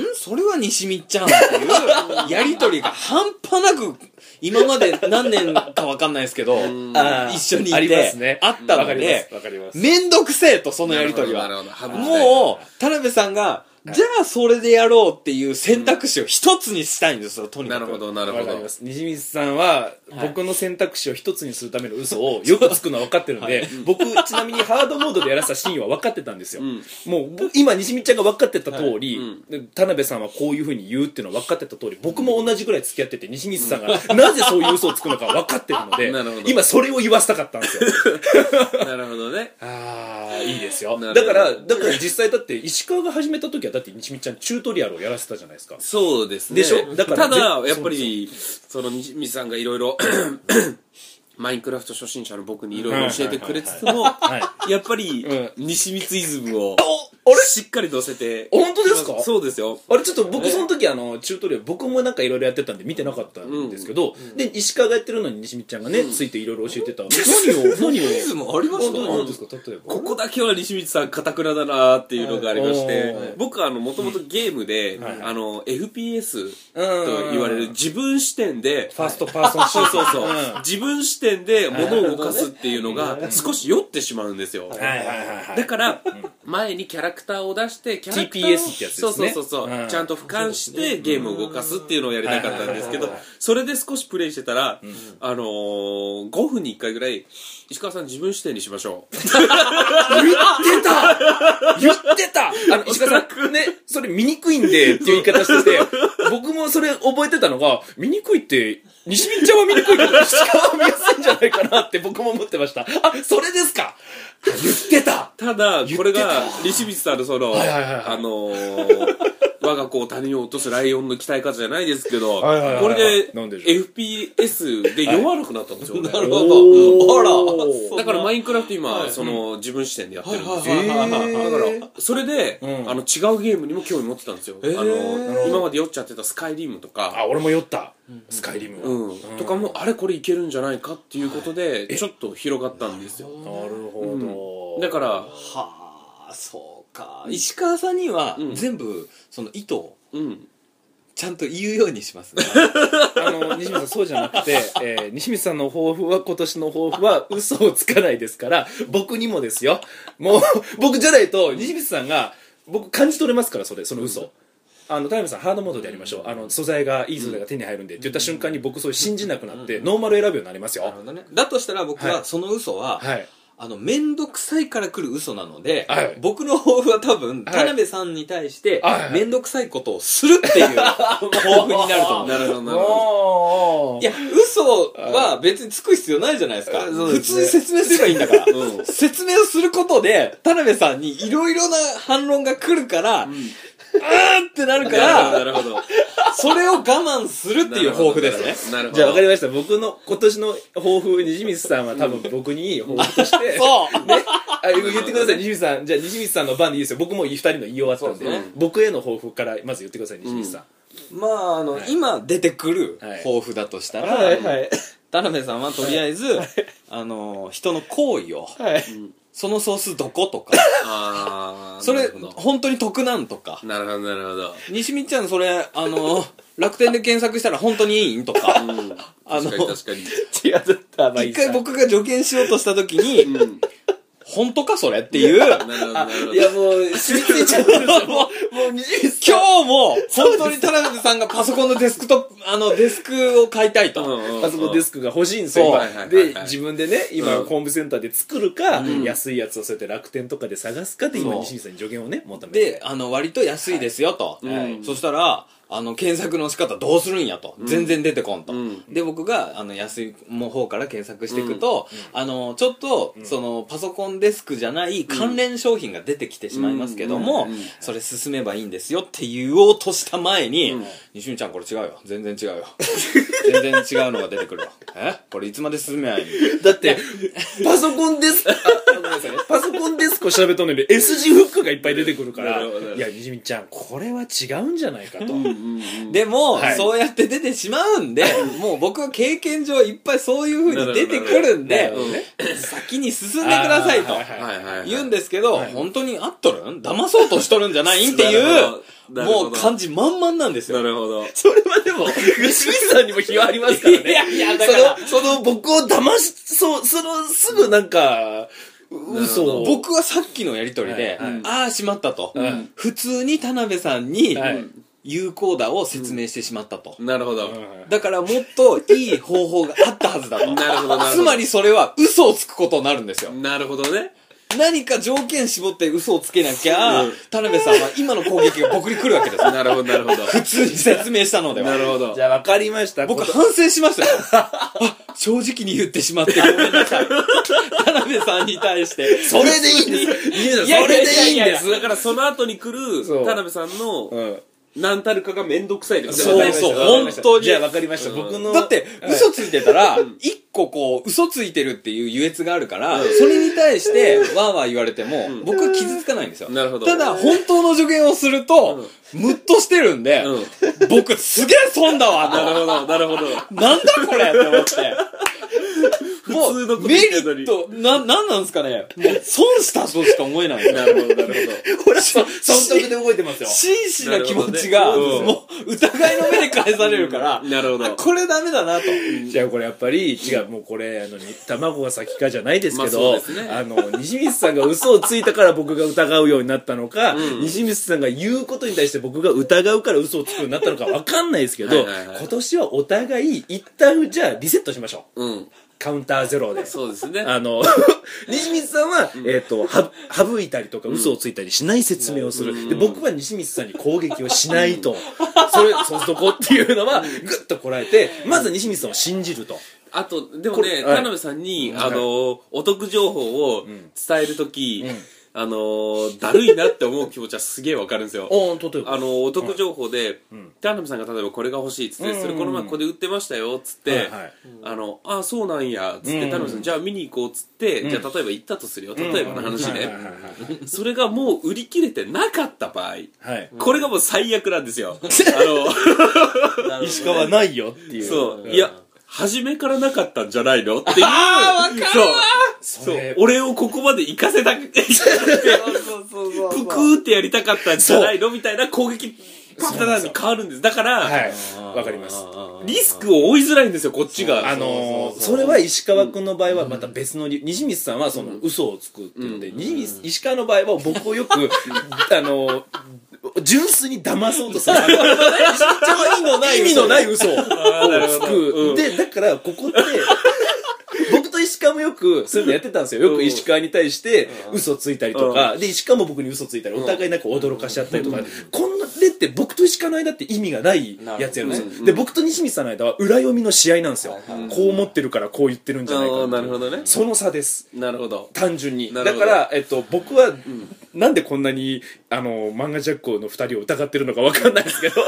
Speaker 2: 「
Speaker 1: ん
Speaker 2: んそれは西見ちゃん」っていうやり取りが半端なく今まで何年か分かんないですけど
Speaker 1: ん
Speaker 2: あー一緒にいて
Speaker 3: ありますね
Speaker 2: あった
Speaker 3: わ
Speaker 2: の
Speaker 3: かりま。
Speaker 2: です
Speaker 3: わかります。
Speaker 2: 面倒くせえとそのやり取りは
Speaker 1: なるほどなるほど
Speaker 2: もう田辺さんがじゃあそれでやろうっていう選択肢を一つにしたいんですよとに
Speaker 1: な
Speaker 2: かく
Speaker 1: るほどなる
Speaker 3: わ
Speaker 1: ほ
Speaker 3: かり
Speaker 1: ど
Speaker 3: ます西光さんは僕の選択肢を一つにするための嘘をよくつくのは分かってるんで、僕ちなみにハードモードでやらせたシーンは分かってたんですよ、
Speaker 1: うん
Speaker 3: もう僕今西光ちゃんが分かってた通り、
Speaker 1: はい
Speaker 3: 田辺さんはこういうふうに言うっていうのは分かってた通り僕も同じぐらい付き合ってて西光さんがなぜそういう嘘をつくのか分かってる ので
Speaker 1: なるほど
Speaker 3: 今それを言わせたかったんですよ
Speaker 1: なるほどね
Speaker 3: ああいいですよ
Speaker 1: な
Speaker 3: だ
Speaker 1: るほ
Speaker 3: か
Speaker 1: ど
Speaker 3: らだから実際だって石川が始めた時はだって西光ちゃんチュートリアルをやらせたじゃないですか
Speaker 1: そうですね
Speaker 3: でしょだから
Speaker 1: ただ
Speaker 3: ぜ
Speaker 1: やっぱりその西見さんがいろいろ マインクラフト初心者の僕にいろいろ教えてくれつつも、
Speaker 3: い
Speaker 1: やっぱり
Speaker 2: うん、
Speaker 1: 西光イズムを、
Speaker 2: おあれ
Speaker 1: しっかり乗せて。
Speaker 3: あ本当ですか
Speaker 1: そうですよ。
Speaker 3: あれちょっと僕その時あのチュートリアル僕もなんかいろいろやってたんで見てなかったんですけど、で石川がやってるのに西光ちゃんがね、ついていろいろ教えてた、何 を何を
Speaker 1: イズムありました
Speaker 3: 何ですか例えば
Speaker 1: ここだけは西光さん、かたくなだなっていうのがありまし
Speaker 3: はいはい
Speaker 1: て、僕はあの、もともとゲームで、あの、FPS と言われる自分視点で、
Speaker 3: ファーストパーソンシ
Speaker 1: そうそうそう
Speaker 3: うん。
Speaker 1: 自分視点で物を動かすっていうのが少し酔ってしまうんですよ。
Speaker 3: はいはいはいはい
Speaker 1: だから、前にキャラクターを出して、キャラクターを
Speaker 3: TPS ってやつですね
Speaker 1: そうそうそうそう、
Speaker 3: うん
Speaker 1: ちゃんと俯瞰してゲームを動かすっていうのをやりたかったんですけど、それで少しプレイしてたら、あのー、5分に1回ぐらい、石川さん自分視点にしましょう。
Speaker 3: 言ってた言ってたあ の、石川さん、ね、それ見にくいんでっていう言い方してて、僕もそれ覚えてたのが、見にくいって、西見ちゃんは見にくいけど、石川は見やすいんじゃないかなって僕も思ってました。あ、それですか言ってた
Speaker 1: ただ、
Speaker 3: 言ってた
Speaker 1: これが、西光さんのその、
Speaker 3: はいはいはいはい
Speaker 1: あの ー、我が子を谷を落とすライオンの鍛え方じゃないですけど、
Speaker 3: はいはいはいはい
Speaker 1: これで、
Speaker 3: なんでし
Speaker 1: FPS で弱くなったんですよ、ね
Speaker 2: なるほ
Speaker 3: お
Speaker 2: ど
Speaker 3: ー
Speaker 2: あら
Speaker 1: だからマインクラフト今、
Speaker 2: はい
Speaker 1: その、自分視点でやってるんですよ。
Speaker 2: はいはいはい
Speaker 3: えー
Speaker 1: だからそれで、
Speaker 3: うん
Speaker 1: あの違うゲームにも興味持ってたんですよ、
Speaker 2: ー
Speaker 1: あの今まで酔っちゃってたスカイリムと
Speaker 3: あ、
Speaker 1: か、
Speaker 3: 俺も酔った。スカイリムは。
Speaker 1: うんとかもあれこれいけるんじゃないかっていうことで、ちょっと広がったんですよ
Speaker 3: なるほど。
Speaker 1: だから、
Speaker 2: はあそうか石川さんには
Speaker 1: うん
Speaker 2: 全部その意図を
Speaker 1: うん、
Speaker 2: ちゃんと言うようにしますね
Speaker 3: あの、西光さんそうじゃなくて、えー西光さんの抱負は、今年の抱負は嘘をつかないですから、僕にもですよ。もう、僕じゃないと、西光さんが、僕感じ取れますから、それ、その嘘。あの、タイムさん、ハードモードでやりましょう。あの、素材が、いい素材が手に入るんで、って言った瞬間に僕、それ信じなくなって、ノーマル選ぶようになりますよ。
Speaker 2: だとしたら僕
Speaker 3: は
Speaker 2: はいその嘘は、
Speaker 3: はい。
Speaker 2: あの面倒くさいから来る嘘なので、
Speaker 3: はい
Speaker 2: 僕の抱負は多分、
Speaker 3: はい
Speaker 2: 田辺さんに対して
Speaker 3: はい
Speaker 2: 面倒くさいことをするっていう 抱負になると思う
Speaker 1: なるほどなるほ
Speaker 3: おー
Speaker 2: いや、嘘は別につく必要ないじゃないですか。
Speaker 1: あそう
Speaker 2: 普
Speaker 1: です
Speaker 2: 通
Speaker 1: ね
Speaker 2: に説明すればいいんだ から。
Speaker 1: ど、うん
Speaker 2: 説明をすることで、田辺さんにいろいろな反論が来るから、うーんってなるか
Speaker 1: な
Speaker 2: ら、
Speaker 1: るほどなるほど
Speaker 2: それを我慢するっていう抱負ですね。
Speaker 1: なるほど
Speaker 3: じゃあ分かりました僕の今年の抱負西光さんは多分僕にいい抱負と して
Speaker 2: そう
Speaker 3: ね、あ言ってください西光さんじゃあ西光さんの番でいいですよ僕も二人の言い終わったんで
Speaker 2: そうですね
Speaker 3: 僕への抱負からまず言ってください西光さん、
Speaker 2: まあ、あの、今出てくる抱負だとしたら、
Speaker 3: はい
Speaker 2: 田辺さんはとりあえず、あの、人の行為を、
Speaker 3: はい
Speaker 2: その総数どこと か、
Speaker 1: あ ー
Speaker 2: そ
Speaker 1: な
Speaker 2: れ、
Speaker 1: るほど
Speaker 2: 本当に得なんとか、
Speaker 1: なるほどなるほど
Speaker 2: 西光ちゃんそれ、あの、 楽天で検索したら本当にいいんとか、
Speaker 1: うん
Speaker 2: あの
Speaker 1: 確かに確かに
Speaker 3: 違ったまあ い
Speaker 2: 一
Speaker 3: いさ
Speaker 2: 回僕が助言しようとした時に、
Speaker 1: うん
Speaker 2: 本当かそれっていう、今
Speaker 1: なるほどなるほ ど
Speaker 3: いやもう染みついちゃってるんですよもうもう西光さん
Speaker 2: 日も、本当に田辺さんがパソコンのデスクトップ、あの、デスクを買いたいと。
Speaker 1: うんうんうん
Speaker 3: パソコンデスクが欲しいんですよ、
Speaker 2: そう
Speaker 3: 今
Speaker 1: はいはいはいはい
Speaker 3: で自分でね今
Speaker 1: うん
Speaker 3: ホームセンターで作るか、
Speaker 1: ん
Speaker 3: 安いやつをそうやって楽天とかで探すかで今
Speaker 2: そう
Speaker 3: 西光さんに助言をね求めて
Speaker 2: で、あの、割と安いですよと。
Speaker 1: はい
Speaker 2: はい
Speaker 1: うん
Speaker 2: そしたら、あの、検索の仕方どうするんやと。全然出てこんと。
Speaker 1: うん
Speaker 2: で、僕が、あの、安いも方から検索していくと、あの、ちょっと、その、パソコンデスクじゃない関連商品が出てきてしまいますけども
Speaker 1: うんうんうん、
Speaker 2: それ進めばいいんですよって言おうとした前に
Speaker 1: うん、
Speaker 2: 西見ちゃんこれ違うよ。全然違うよ。 全然違うのが出てくるわ。えこれいつまで進めないいの
Speaker 3: だって、パソコンデ スク、あごめんなさいねパソコンデスクを調べとんのに S 字フックがいっぱい出てくるから、
Speaker 1: なるほどなるほど
Speaker 3: いや、にじみちゃん、これは違うんじゃないかと。
Speaker 1: うんうん
Speaker 2: でも、
Speaker 3: はい
Speaker 2: そうやって出てしまうんで、 もう僕は経験上いっぱいそういう風に出てくるん
Speaker 3: な
Speaker 2: で
Speaker 3: るほどね、
Speaker 2: 先に進んでくださいと
Speaker 3: あーはい
Speaker 1: は
Speaker 3: はい
Speaker 1: いはいはい
Speaker 2: 言うんですけど、
Speaker 3: はい
Speaker 2: 本当に合っとるん騙そうとしとるんじゃないんっていう、
Speaker 1: なるほど
Speaker 2: もう感じ満々なんです
Speaker 1: な
Speaker 2: よ。
Speaker 1: るほど
Speaker 3: それはでも、吉見さんにも非はありますから ね。
Speaker 2: いやいやだから
Speaker 3: その、その、僕を騙し、そう、その、すぐなんか、嘘を。
Speaker 2: 僕はさっきのやりとりで、
Speaker 3: はいはい
Speaker 2: ああ、しまったと、
Speaker 3: うん
Speaker 2: 普通に田辺さんに
Speaker 3: はい
Speaker 2: 有効打を説明してしまったと。
Speaker 1: なるほど、
Speaker 3: うん
Speaker 2: だからもっといい方法があったはずだと。
Speaker 1: なるほどなるほ
Speaker 2: つ
Speaker 1: ど
Speaker 2: まりそれは嘘をつくことになるんですよ。
Speaker 1: なるほどね
Speaker 2: 何か条件絞って嘘をつけなきゃ、田辺さんは今の攻撃が僕に来るわけですよ。
Speaker 1: なるほどなる ほど
Speaker 2: 普通に説明したので
Speaker 1: な
Speaker 2: は。
Speaker 1: るほど
Speaker 3: じゃあ、わかりました。
Speaker 2: 僕
Speaker 3: こ
Speaker 2: 反省しましたよ。あ正直に言ってしまってごめんなさい。田辺さんに対して。
Speaker 3: それでいいんです。西見さん
Speaker 2: いやい
Speaker 3: そ
Speaker 2: や
Speaker 3: れ
Speaker 2: いや
Speaker 3: でいいん
Speaker 2: いやい
Speaker 3: で
Speaker 2: や
Speaker 3: す。
Speaker 1: だからその後に来る
Speaker 3: そう
Speaker 1: 田辺さんの
Speaker 3: うん
Speaker 1: 何たるかが面倒くさいとか
Speaker 2: そう そう、本当に。
Speaker 4: じゃあ分かりました
Speaker 1: うん
Speaker 4: 僕の
Speaker 2: だって、嘘ついてたら、一個こう、嘘ついてるっていう優越があるから、それに対して、わーわー言われても、僕は傷つかないんですよ。
Speaker 1: なるほど
Speaker 2: ただ、本当の助言をすると、ムッとしてるんで、
Speaker 1: うん
Speaker 2: 僕、すげえ損だわ
Speaker 1: なる
Speaker 2: と
Speaker 1: ほどなるほど
Speaker 2: なんだこれって思って。も
Speaker 1: 普通の
Speaker 2: う、
Speaker 1: こと
Speaker 2: メ
Speaker 1: 言っ
Speaker 2: リ
Speaker 1: てたのに
Speaker 2: ット、な、なんなんですかね。もう、損したとしか思えないんですよ
Speaker 1: なるほどなるほ
Speaker 4: ほらそ損得で動いてますよ
Speaker 2: 真摯な気持ちが、
Speaker 1: なるほどね
Speaker 2: もう、疑いの目で返されるから、
Speaker 1: どなるほ
Speaker 2: あ
Speaker 1: ど
Speaker 2: これダメだなと。
Speaker 3: じゃあこれやっぱり違うもうこれあのに卵が先かじゃないですけ
Speaker 1: ま
Speaker 3: ど、
Speaker 1: あそうですね
Speaker 3: あの西光さんが嘘をついたから僕が疑うようになったのか、西光さんが言うことに対して僕が疑うから嘘をつくようになったのかわかんないですけど
Speaker 1: はいはいはい
Speaker 3: 今年はお互い一旦じゃあリセットしましょう
Speaker 1: うん
Speaker 3: カウンターゼロで。
Speaker 1: そうですね
Speaker 3: あ の西光さんは、えっとは省いたりとか嘘をついたりしない説明をする、で僕は西光さんに攻撃をしないと、 それそうするとこっていうのはぐっとこらえてまず西光さんを信じると。
Speaker 1: あとでも
Speaker 3: こ
Speaker 1: ね
Speaker 3: れは
Speaker 1: 田
Speaker 3: い
Speaker 1: 辺さんに、
Speaker 3: ん
Speaker 1: あのお得情報を伝える時、あのだるいなって思う気持ちはすげえわかるんですよ
Speaker 3: お例えば
Speaker 1: あのお得情報で、田辺さんが例えばこれが欲しいっつって、
Speaker 3: うん
Speaker 1: それこの前ここで売ってましたよっつって、
Speaker 3: はいはい
Speaker 1: あのあそうなんやっつって、
Speaker 3: うん
Speaker 1: 田辺さんじゃあ見に行こうっつって、
Speaker 3: ん
Speaker 1: じゃあ例えば行ったとするよ例えばの話ね、
Speaker 3: はいはいはいはい
Speaker 1: それがもう売り切れてなかった場合、
Speaker 3: はい
Speaker 1: これがもう最悪なんですよあの
Speaker 3: 石川ないよっていう
Speaker 1: そういや初めからなかったんじゃないのっていう
Speaker 2: あーわかるわ
Speaker 1: そうそう
Speaker 3: それ
Speaker 1: 俺をここまで行かせたくて
Speaker 2: そうそうそ
Speaker 1: ぷくーってやりたかったんじゃないのみたいな攻撃パターンに変わるんですだから、
Speaker 3: はいわかります
Speaker 1: リスクを負いづらいんですよこっちが
Speaker 3: あのーそれは石川君の場合はまた別の理由西光さんはその嘘をつくっていうので、西光石川の場合は僕をよく あのー純粋に騙そうとする意味のない 意味のない嘘をつく、でだからここって僕と石川もよくそういうのやってたんですよよく石川に対して嘘ついたりとか、で石川も僕に嘘ついたりお互いなんか驚かしちゃったりとか、こんなでって僕と石川の間って意味がないやつやるんですよ、で僕と西光さんの間は裏読みの試合なんですよ、こう思ってるからこう言ってるんじゃないか
Speaker 1: あ
Speaker 3: な
Speaker 1: ーなるほどね
Speaker 3: その差です
Speaker 1: なるほど
Speaker 3: 単純に
Speaker 1: な
Speaker 3: だ
Speaker 1: るほ
Speaker 3: か
Speaker 1: ど
Speaker 3: ら、えっと、僕は、なんでこんなにあの漫画ジャックの2人を疑ってるのかわかんないです けど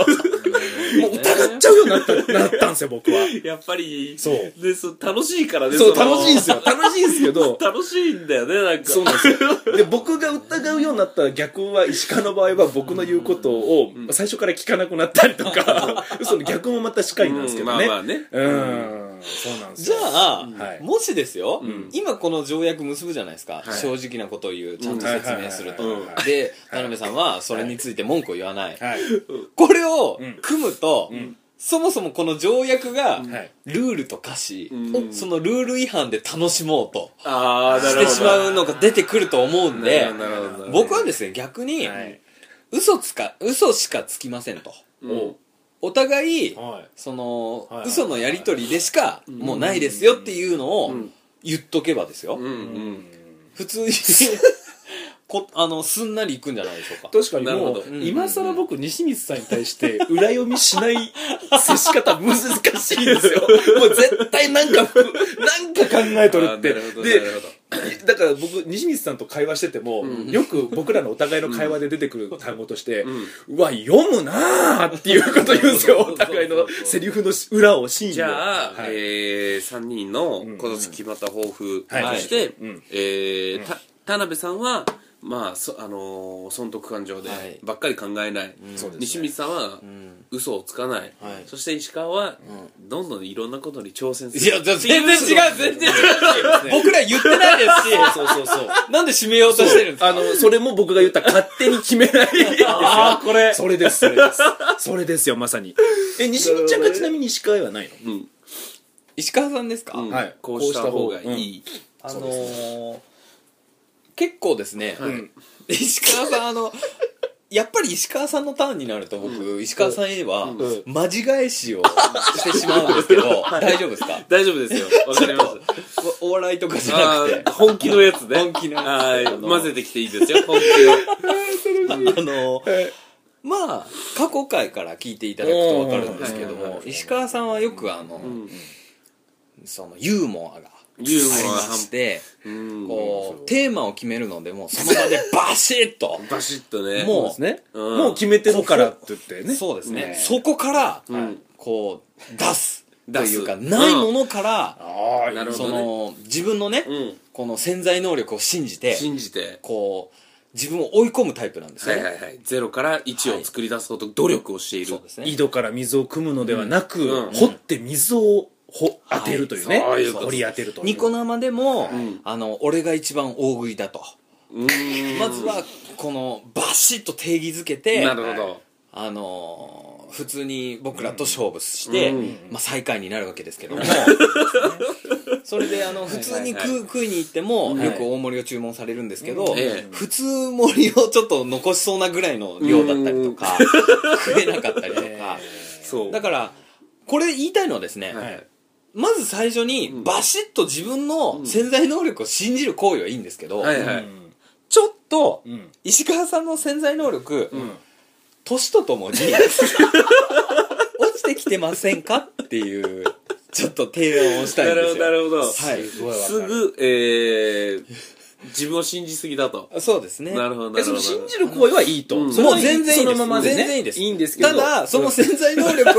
Speaker 3: もう疑っちゃうようになったなったんですよ僕は
Speaker 1: やっぱり
Speaker 3: そう
Speaker 1: でそう楽しいからね
Speaker 3: そう
Speaker 1: その
Speaker 3: 楽しいんですよ楽しいんです けど
Speaker 1: 楽しいんだよねなんか
Speaker 3: そうなんですよで僕が疑うようになった逆は石川の場合は僕の言うことを最初から聞かなくなったりと か、その逆もまたしかりなんですけどね、
Speaker 1: うんまあまあね
Speaker 3: うんそうなんです
Speaker 2: じゃ
Speaker 3: よ
Speaker 2: あ、
Speaker 3: はい
Speaker 2: もしですよ、今この条約結ぶじゃないですか、正直なことを言うちゃんと説明すると、
Speaker 3: うんはいはいはいはい
Speaker 2: で田辺さんはそれについて文句を言わない、
Speaker 3: はい
Speaker 2: これを
Speaker 3: ん
Speaker 2: 組むと、そもそもこの条約が
Speaker 3: はい
Speaker 2: ルールと化し、
Speaker 1: うん
Speaker 2: そのルール違反で楽しもうと
Speaker 1: ああな
Speaker 2: し
Speaker 1: るほ
Speaker 2: て
Speaker 1: ど
Speaker 2: しまうのが出てくると思うんで
Speaker 1: なるほどなるほど
Speaker 2: 僕はですね逆に、
Speaker 3: はい
Speaker 2: 嘘つか嘘しかつきませんと
Speaker 1: うん
Speaker 2: お互い、
Speaker 3: はい
Speaker 2: その、
Speaker 3: はいはい
Speaker 2: 嘘のやり取りでしか、もうないですよっていうのを
Speaker 1: ん
Speaker 2: 言っとけばですよ、
Speaker 1: うんうん
Speaker 2: 普通 にこあのすんなりいくんじゃないでしょうか
Speaker 3: 確かに
Speaker 1: なるほ
Speaker 3: も
Speaker 1: ど
Speaker 3: う今更僕西光さんに対して裏読みし ない接し方難しいんです よもう絶対なんかふなんか考えとる
Speaker 1: あ
Speaker 3: っ
Speaker 1: ー
Speaker 3: て
Speaker 1: なるほど
Speaker 3: で
Speaker 1: なるほど
Speaker 3: だから僕西光さんと会話してても、よく僕らのお互いの会話で出てくる単語として、うわ読むなーっていうこと言うんですよお互いのセリフの裏を真意を
Speaker 1: じゃあ、
Speaker 3: はい
Speaker 1: えー、3人の今年決まった抱負と
Speaker 3: はい
Speaker 1: して、
Speaker 3: うん
Speaker 1: えーた田辺さんはまあそあのー損得感情で
Speaker 2: はい
Speaker 1: ばっかり考えない、
Speaker 3: そうですね
Speaker 1: 西光さんは嘘をつかない、
Speaker 2: はい
Speaker 1: そして石川はどんどんいろんなことに挑戦する
Speaker 2: いや全然違う全然違うし僕ら言ってないですし
Speaker 3: そうそうそう
Speaker 2: なんで締めようとしてるんですか
Speaker 3: あのそれも僕が言った勝手に決めない
Speaker 2: ああこれ
Speaker 3: それですそれですそれですよまさにえ西光ちゃんがちなみに石川はないの
Speaker 2: 石川さんですか、
Speaker 1: うん
Speaker 3: はい
Speaker 1: こうした方がいい、
Speaker 2: あのー結構ですね、
Speaker 1: はい
Speaker 3: ん
Speaker 2: 石川さんあのやっぱり石川さんのターンになると僕、石川さんへは、
Speaker 3: ん
Speaker 2: 間違えしをしてしまうんですけど、大丈夫ですか
Speaker 1: 大丈夫ですよわかり ます
Speaker 2: おお笑いとかじゃ
Speaker 1: あ
Speaker 2: なくて
Speaker 1: ー本気のやつね
Speaker 2: 本気のやつ
Speaker 1: はい
Speaker 2: あの
Speaker 1: 混ぜてきていいですよ本気
Speaker 2: あのまあ過去回から聞いていただくと分かるんですけど
Speaker 1: はいはい
Speaker 2: も石川さんはよくあの、
Speaker 1: ん
Speaker 2: そのユーモアが
Speaker 1: ユーモア
Speaker 2: ありまして
Speaker 1: うん
Speaker 2: こうテーマを決めるのでもうその場でバシッ と
Speaker 1: バシッとね
Speaker 2: もう
Speaker 3: そうですね、
Speaker 1: うん
Speaker 3: もう決めてるからって言ってね
Speaker 2: そうですね
Speaker 3: ね
Speaker 2: そこから、
Speaker 1: ん
Speaker 2: こう出すと
Speaker 1: 出す
Speaker 2: いうかないものから、
Speaker 3: ああ
Speaker 1: なるほ
Speaker 2: そ
Speaker 1: どね
Speaker 2: の自分のね、
Speaker 1: うん
Speaker 2: この潜在能力を信じて
Speaker 1: 信じて
Speaker 2: こう自分を追い込むタイプなんです
Speaker 1: は
Speaker 2: よ
Speaker 1: い
Speaker 2: ね、
Speaker 1: はいはいゼロから1を作り出そうと努力をしている
Speaker 2: そうですね
Speaker 3: 井戸から水を汲むのではなく、
Speaker 1: うんうん
Speaker 3: 掘って水をほ当てるというね、
Speaker 1: はいそういうこと
Speaker 3: 掘り当てるという
Speaker 2: ニコ生でも、
Speaker 1: ん
Speaker 2: あの俺が一番大食いだと、
Speaker 1: うーん
Speaker 2: まずはこのバシッと定義づけて
Speaker 1: なるほど
Speaker 2: あのー普通に僕らと勝負して、
Speaker 1: うん
Speaker 2: まあ、最下位になるわけですけども、 それであの普通に食う食いに行っても、
Speaker 1: はい
Speaker 2: よく大盛りを注文されるんですけど、
Speaker 1: ええ
Speaker 2: 普通盛りをちょっと残しそうなぐらいの量だったりとか、食えなかったりとか、
Speaker 1: そう
Speaker 2: だからこれ言いたいのはですね、
Speaker 1: はい
Speaker 2: まず最初にバシッと自分の潜在能力を信じる行為はいいんですけど、
Speaker 1: はいはい
Speaker 2: ちょっと
Speaker 3: うんうん
Speaker 2: 石川さんの潜在能力、
Speaker 3: ん
Speaker 2: 年ととも に落ちてきてませんかっていうちょっと提案をしたいん
Speaker 1: な
Speaker 2: で
Speaker 1: るほ
Speaker 2: す
Speaker 1: どな
Speaker 2: よ
Speaker 1: るほど
Speaker 2: はい
Speaker 3: ごいわかる
Speaker 1: すぐえ ー自分を信じすぎだと
Speaker 2: そうですね
Speaker 1: なるほどな
Speaker 3: え
Speaker 1: る
Speaker 3: そ
Speaker 1: ほ
Speaker 3: の
Speaker 1: ど
Speaker 3: 信じる行為はいいと、
Speaker 1: うん
Speaker 3: それは
Speaker 2: もう全然いいです
Speaker 3: そのままでね
Speaker 2: 全然いいです
Speaker 1: いいんですけど
Speaker 2: ただその潜在能力を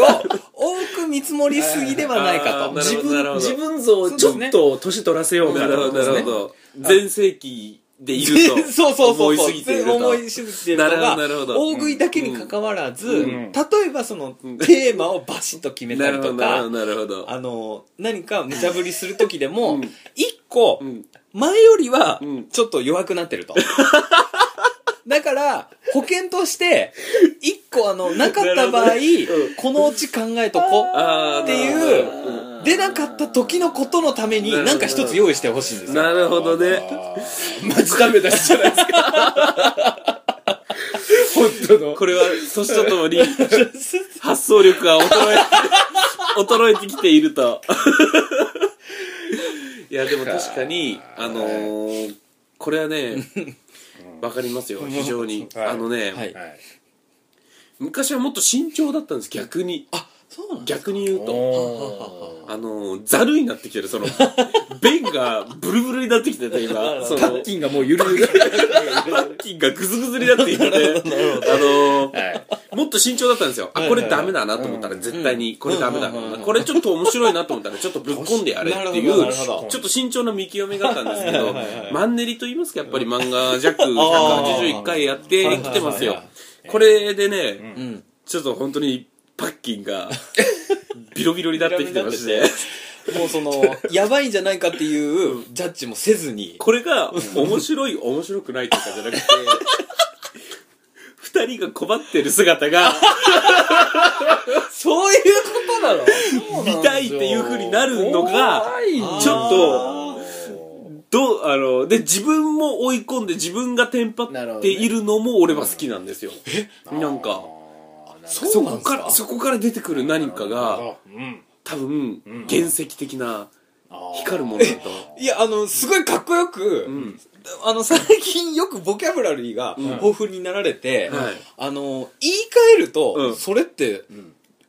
Speaker 2: 多く見積もりすぎではないか
Speaker 1: あ
Speaker 2: と
Speaker 1: ーなる
Speaker 3: 自
Speaker 1: ほどなる
Speaker 3: 分
Speaker 1: ほど
Speaker 3: 自分像をちょっと年取らせようか
Speaker 1: なるほどなるほど全盛期でいる と
Speaker 2: そうそうそう
Speaker 1: 思いすぎていると
Speaker 2: 思いすぎているとか
Speaker 1: なるほどなるほど
Speaker 2: 大食いだけに関わらず、
Speaker 3: ん
Speaker 2: 例えばそのテーマをバシッと決めた
Speaker 1: な
Speaker 2: り
Speaker 1: るほど
Speaker 2: とか
Speaker 1: なるほどなるほど
Speaker 2: あの何か無茶ぶりする時でも、
Speaker 1: うん
Speaker 2: 一個、
Speaker 1: ん
Speaker 2: 前よりは
Speaker 1: うん
Speaker 2: ちょっと弱くな ってると。だから、保険として、一個あの、なかった場合、
Speaker 1: なるほどねうん
Speaker 2: このうち考えとこ
Speaker 1: あー
Speaker 2: っていう、出なかった時のことのために、
Speaker 1: なるほど
Speaker 2: なんか一つ用意してほしいんですよ。
Speaker 1: なるほどね
Speaker 3: マジダメだしじゃないですか本当の
Speaker 1: これは年とともに発想力が衰え衰えてきているといやでも確かにあのーこれはねわかりますよ非常に
Speaker 3: はい
Speaker 1: あのね、
Speaker 2: はい
Speaker 3: はい
Speaker 1: 昔はもっと慎重だったんです逆に
Speaker 2: あ、そうなんだ。
Speaker 1: 逆に言うと
Speaker 3: お
Speaker 1: あのーざるになってきてるその弁がブルブルになってきてた今そ
Speaker 3: ー
Speaker 1: の
Speaker 3: パッキンがもうゆるゆる
Speaker 1: パッキンがグズグズになっていて、ね、あのーもっと慎重だったんですよ。あ、これダメだなと思ったら絶対に、これダメだな。これちょっと面白いなと思ったらちょっとぶっ込んでやれってい
Speaker 2: なるほど
Speaker 1: う、
Speaker 2: なる
Speaker 1: ち
Speaker 2: ほ
Speaker 1: ょ
Speaker 2: ど
Speaker 1: っと慎重な見極めがあったんですけど、マンネリと言いますか、やっぱり漫画ジャック181回やってきてますよ。これでね、
Speaker 2: うん。
Speaker 1: ちょっと本当にパッキン が、ビロビロになってきてまして、
Speaker 2: もうその、やばいんじゃないかっていうジャッジもせずに、
Speaker 1: これが面白い、面白くないとかじゃなくて、二人が困ってる姿が、
Speaker 2: そういうこと なの
Speaker 1: 見たいっていう風になるのが、ちょっと、どう、あの、で、自分も追い込んで自分がテンパっているのも俺は好きなんですよ。なんか、そこから、そこから出てくる何かが、
Speaker 3: うん
Speaker 1: 多分、原石的な、光るものだと。
Speaker 2: いや、あの、すごいかっこよく、
Speaker 1: ん
Speaker 2: あの、最近よくボキャブラリーが豊富になられて、
Speaker 1: はい
Speaker 2: あの、言い換えると、
Speaker 1: うん
Speaker 2: それって、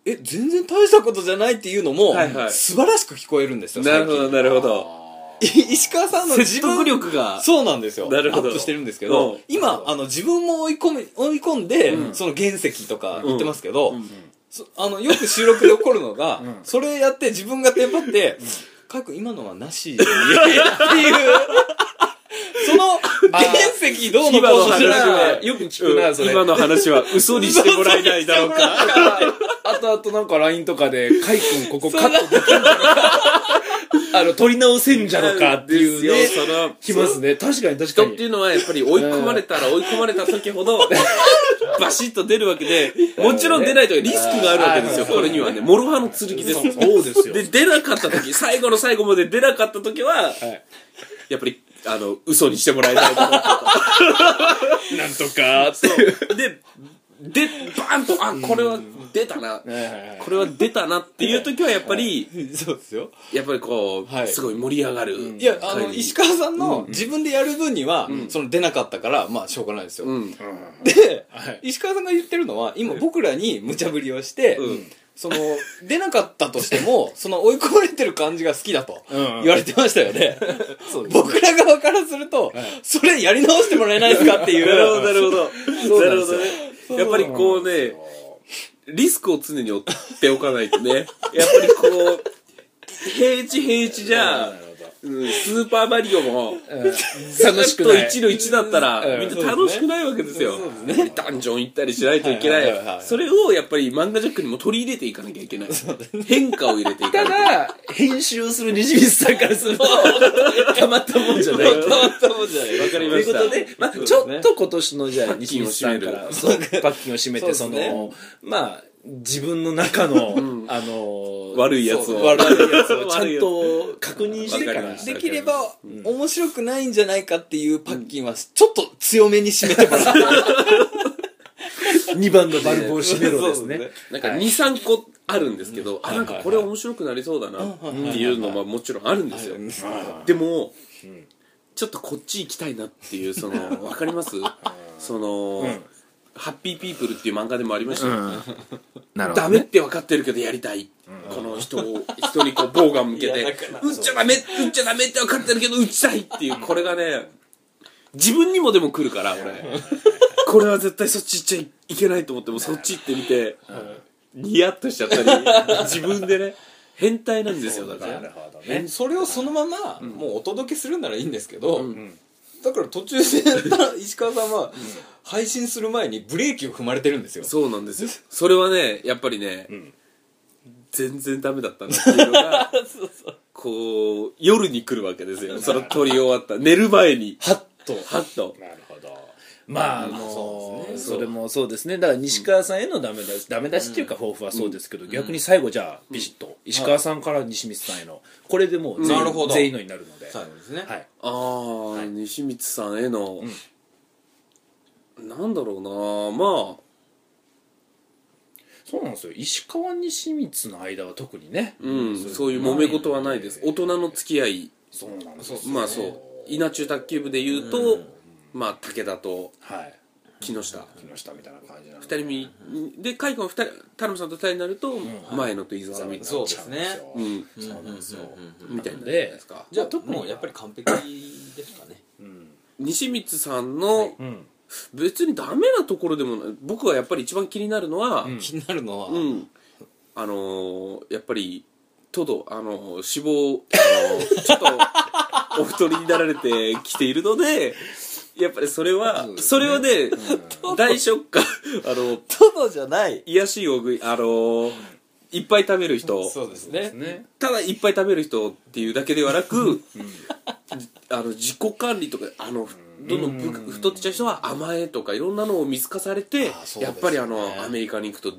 Speaker 2: え、全然大したことじゃないっていうのも、
Speaker 1: はいはい
Speaker 2: 素晴らしく聞こえるんですよ、
Speaker 1: なるほど、
Speaker 2: 最
Speaker 1: なるほど。
Speaker 2: 近。石川さんの
Speaker 1: 説
Speaker 2: 自
Speaker 1: 得
Speaker 2: 分
Speaker 1: 力が、
Speaker 2: そうなんですよ。
Speaker 1: なるほど
Speaker 2: アップしてるんですけど、
Speaker 1: うん
Speaker 2: 今、あの、自分も追い込み、追い込んで、その原石とか言ってますけど、そあの、よく収録で起こるの が、それやって自分がテンパって、かく今のはなしにっていう、 その原石どうの
Speaker 1: 今
Speaker 2: こ
Speaker 1: の
Speaker 2: うの
Speaker 1: 話
Speaker 2: じゃな
Speaker 1: は
Speaker 2: く、て、
Speaker 3: よく聞くな
Speaker 1: うん
Speaker 3: それ
Speaker 1: 今の話は嘘にしてもらえないだろうか。
Speaker 3: あとあとなんか LINE とかで「カイ君ここカットできるのかあの取り直せんじゃろか」っていう
Speaker 1: で
Speaker 3: ね
Speaker 1: すよその、
Speaker 3: きますね確かに確か
Speaker 1: 人ってい
Speaker 3: に
Speaker 1: うのはやっぱり追い込まれたら追い込まれた時ほどバシッと出るわけでもちろん出ないとリスクがあるわけですよ
Speaker 3: うん
Speaker 1: これにはね諸刃の剣です
Speaker 3: そうそうですよ
Speaker 1: で出なかった時最後の最後まで出なかった時は
Speaker 3: はい
Speaker 1: やっぱりあの嘘にしてもらえないと思って
Speaker 3: なんとかって
Speaker 1: そうででバーンとあこれは出たなこれは出たなっていう時はやっぱり
Speaker 2: そうですよ。
Speaker 1: やっぱりこ
Speaker 2: は
Speaker 1: う
Speaker 2: い
Speaker 1: すごい盛り上がる
Speaker 2: いや、あ
Speaker 1: 会
Speaker 2: の、
Speaker 1: に
Speaker 2: 石川さんの自分でやる分には、その出なかったから、まあ、しょうがないですよ。
Speaker 1: うん
Speaker 2: で、
Speaker 3: はい
Speaker 2: 石川さんが言ってるのは今僕らに無茶ぶりをして、
Speaker 1: うん
Speaker 2: その、出なかったとして も、その追い込まれてる感じが好きだと
Speaker 3: うんうん
Speaker 2: 言われてましたよね。
Speaker 3: そうです
Speaker 2: 僕ら側からすると、それやり直してもらえないですか ってい
Speaker 1: なるほどな
Speaker 2: う。
Speaker 1: るほどなるほどねやっぱりこうねリスクを常に負っておかないとねやっぱりこう平地平地じゃ、うん、スーパーマリオも
Speaker 3: 楽しくない
Speaker 1: ずっと1の1だったら、
Speaker 2: うん
Speaker 1: みんな楽しくないわけですよ。ダンジョン行ったりしないといけな
Speaker 2: はいはいはいはい
Speaker 1: い。それをやっぱり漫画ジャックにも取り入れていかなきゃいけない。変化を入れていか
Speaker 3: た
Speaker 1: なきゃい
Speaker 3: だ編集する西水さんからするとたまったもんじゃない
Speaker 2: たまったもんじゃない。
Speaker 1: わかり
Speaker 3: と
Speaker 1: ま
Speaker 3: いう
Speaker 1: し
Speaker 3: こ
Speaker 1: た
Speaker 3: とで、まあ、ちょっと今年のじゃあ
Speaker 1: ッ
Speaker 3: 西
Speaker 1: キンを
Speaker 3: 水さん
Speaker 1: 締め
Speaker 3: か
Speaker 1: る
Speaker 3: らそうパッキンを締めて
Speaker 2: そ
Speaker 3: そう
Speaker 2: ですね
Speaker 3: のまあ自分の中の、あの
Speaker 1: 悪いやつを。
Speaker 2: そう悪いや
Speaker 3: ちゃんと確認してか
Speaker 1: わからりました
Speaker 2: できれば、面白くないんじゃないかっていうパッキンは、ちょっと強めに締めてもら う。
Speaker 3: 2番のバルブを締めろです
Speaker 2: そ
Speaker 3: ね
Speaker 2: うで
Speaker 1: なんか2、3個あるんですけど、あ、なんかこれ面白くなりそうだなっていうのはもちろんあるんですよ。でも、ちょっとこっち行きたいなっていう、その、わかりますその、ハッピーピープルっていう漫画でもありましたけど
Speaker 3: なる
Speaker 1: ダメって分かってるけどやりたい、この人を人にこう棒が向け
Speaker 2: い
Speaker 1: て
Speaker 2: やだから
Speaker 1: 打っちゃダメ打っちゃダメって分かってるけど打ちたいっていうこれがね 自分にもでも来るから俺 これは絶対そっち行っちゃいいけないと思ってもそっち行ってみてニヤッとしちゃったり 自分でね変態なんですよだから
Speaker 3: なるほどね
Speaker 2: ねそれをそのまま、もうお届けするならいいんですけど、だから途中でやったら石川さんは、配信する前にブレーキを踏まれてるんですよ。
Speaker 1: そうなんですよそれはねやっぱりね、全然ダメだったなっていうの がこう夜に来るわけですよその撮り終わった寝る前に
Speaker 3: ハッと
Speaker 1: ハッと
Speaker 3: なるほどまあ、あ
Speaker 2: そう
Speaker 3: のそ
Speaker 2: です
Speaker 3: れもそうですねだから西川さんへのダメ出し、ダメ出しっていうか抱負はそうですけど、逆に最後じゃあビシッと、石川さんから西光さんへのこれでもう全
Speaker 2: な
Speaker 3: 員,、
Speaker 2: るほど
Speaker 3: 全員のになるので、
Speaker 2: 最後ですね。
Speaker 3: はい
Speaker 1: ああ、西光さんへの、なんだろう
Speaker 3: そうなんですよ石川西光の間は特にね、
Speaker 1: なまあ、うん、そういう揉め事はないです大人の付き合い
Speaker 3: そうなんですよ
Speaker 1: まあそう稲中卓球部で言うと、まあ武田と
Speaker 3: はい
Speaker 1: 木下
Speaker 3: 木下みたいな感じなの
Speaker 1: 二人みで海君は二人田辺さんと二人になると、前野と伊沢みたい
Speaker 2: そ
Speaker 1: な
Speaker 2: うですね。
Speaker 1: うん
Speaker 3: そうなんですよ、
Speaker 1: みたいなでですか
Speaker 2: じゃあ、
Speaker 3: 特に
Speaker 2: もうやっぱり完璧ですかね。
Speaker 1: 西光さんの、
Speaker 3: ん
Speaker 1: 別にダメなところでもない僕はやっぱり一番気になるのは、うん
Speaker 2: 気になるのは、
Speaker 1: あのーやっぱりトドあのー死亡、あのーちょっとお太りになられてきているのでやっぱりそれはそ,、れはね、大ショックあの
Speaker 2: トドじゃない。
Speaker 1: 癒やしいお食いあのーいっぱい食べる人
Speaker 2: そうですね。
Speaker 3: ね
Speaker 1: ただいっぱい食べる人っていうだけではなく、あの自己管理とかあのどんどんぶ太ってちゃう人は甘えとかいろんなのを見透かされて、
Speaker 2: あそうですね
Speaker 1: やっぱりあのアメリカに行くと、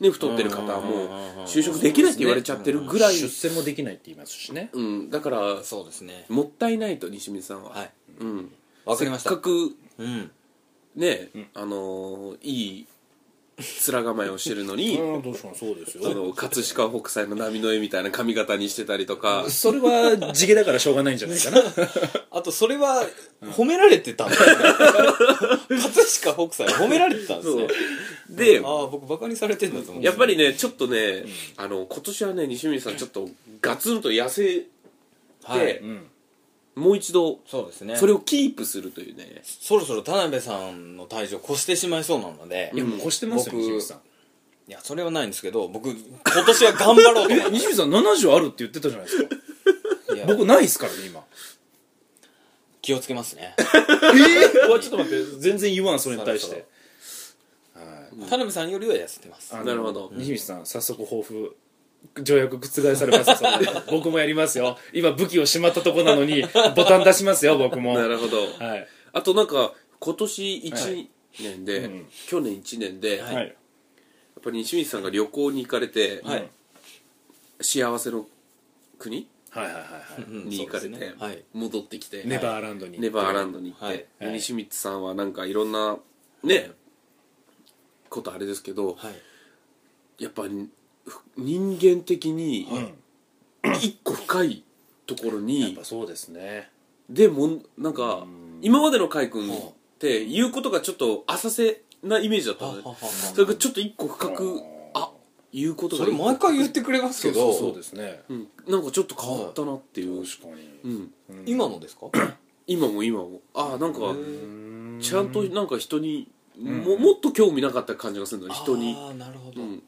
Speaker 1: ね、太ってる方はもう就職できないって言われちゃってるぐらい、
Speaker 3: 出世もできないって言いますしね
Speaker 1: うん、だから
Speaker 2: そうですね。
Speaker 1: もったいないと西水さんは、
Speaker 2: はい。
Speaker 1: うん、
Speaker 2: わかりました
Speaker 1: せっかく
Speaker 2: うん。
Speaker 1: ね、あのーいい面構えをしてるのに。
Speaker 3: うん確かにそうです
Speaker 1: あの葛飾北斎の波の絵みたいな髪型にしてたりとか
Speaker 3: それは地毛だからしょうがないんじゃないかな
Speaker 2: あと、それは、褒められてたんです ね。葛飾北斎褒められてたんです
Speaker 1: そう
Speaker 2: ね。
Speaker 1: で
Speaker 2: ああ、僕バカにされてんだと思って
Speaker 1: やっぱりねちょっとね、あの今年はね西水さんちょっとガツンと痩せて、
Speaker 2: はい。
Speaker 3: ん
Speaker 1: もう一度
Speaker 2: そうですね。
Speaker 1: それをキープするというね
Speaker 2: そろそろ田辺さんの体重を越してしまいそうなので、
Speaker 3: いやもう越してますよ
Speaker 2: 僕
Speaker 3: 西光さん
Speaker 2: いや、それはないんですけど、僕、今年は頑張ろうと思
Speaker 3: 西光さん70あるって言ってたじゃないですか
Speaker 2: って。いや
Speaker 3: 僕ないですからね今
Speaker 2: 気をつけますね。
Speaker 3: ええちょっと待って全然言わんそれに対してはい
Speaker 2: 田辺さんよりは痩せてます。
Speaker 3: あの
Speaker 1: なるほど
Speaker 3: 西光さん早速抱負条約覆されますよそれで僕もやりますよ今武器をしまったとこなのにボタン出しますよ僕も
Speaker 1: なるほど、
Speaker 3: はい
Speaker 1: あとなんか今年1
Speaker 3: はい
Speaker 1: 年で、
Speaker 3: うん
Speaker 1: 去年1年で、やっ
Speaker 3: い
Speaker 1: ぱり西水さんが旅行に行かれて、
Speaker 2: はい。
Speaker 1: 幸せの国
Speaker 3: はいはいはいはい
Speaker 2: うん
Speaker 1: に行かれて、
Speaker 2: そうですねはい。
Speaker 1: 戻ってきて、
Speaker 3: ネバーランドに
Speaker 1: ネバーランドに行って、
Speaker 2: はい
Speaker 1: で西光さんはなんかいろんなねことあれですけど、
Speaker 2: はい。
Speaker 1: やっぱにふ人間的に一個深いところ
Speaker 3: やっ
Speaker 1: に
Speaker 3: ぱそうですね
Speaker 1: でもんなんか今までの海君って言うことがちょっと浅瀬なイメージだったのね
Speaker 2: はあはあはあ
Speaker 1: それがちょっと一個深くあ言うこと
Speaker 2: そ
Speaker 1: が
Speaker 2: れ毎回言ってくれますけど
Speaker 3: そうですね
Speaker 1: うん、なんかちょっと変わったなっていう、
Speaker 3: 確かに
Speaker 1: うん、
Speaker 2: 今もですか
Speaker 1: 今も今もああなんか
Speaker 3: うん
Speaker 1: ちゃんとなんか人に、ももっと興味なかった感じがするの人に、
Speaker 2: ああなるほ
Speaker 1: う
Speaker 2: ど、
Speaker 1: ん、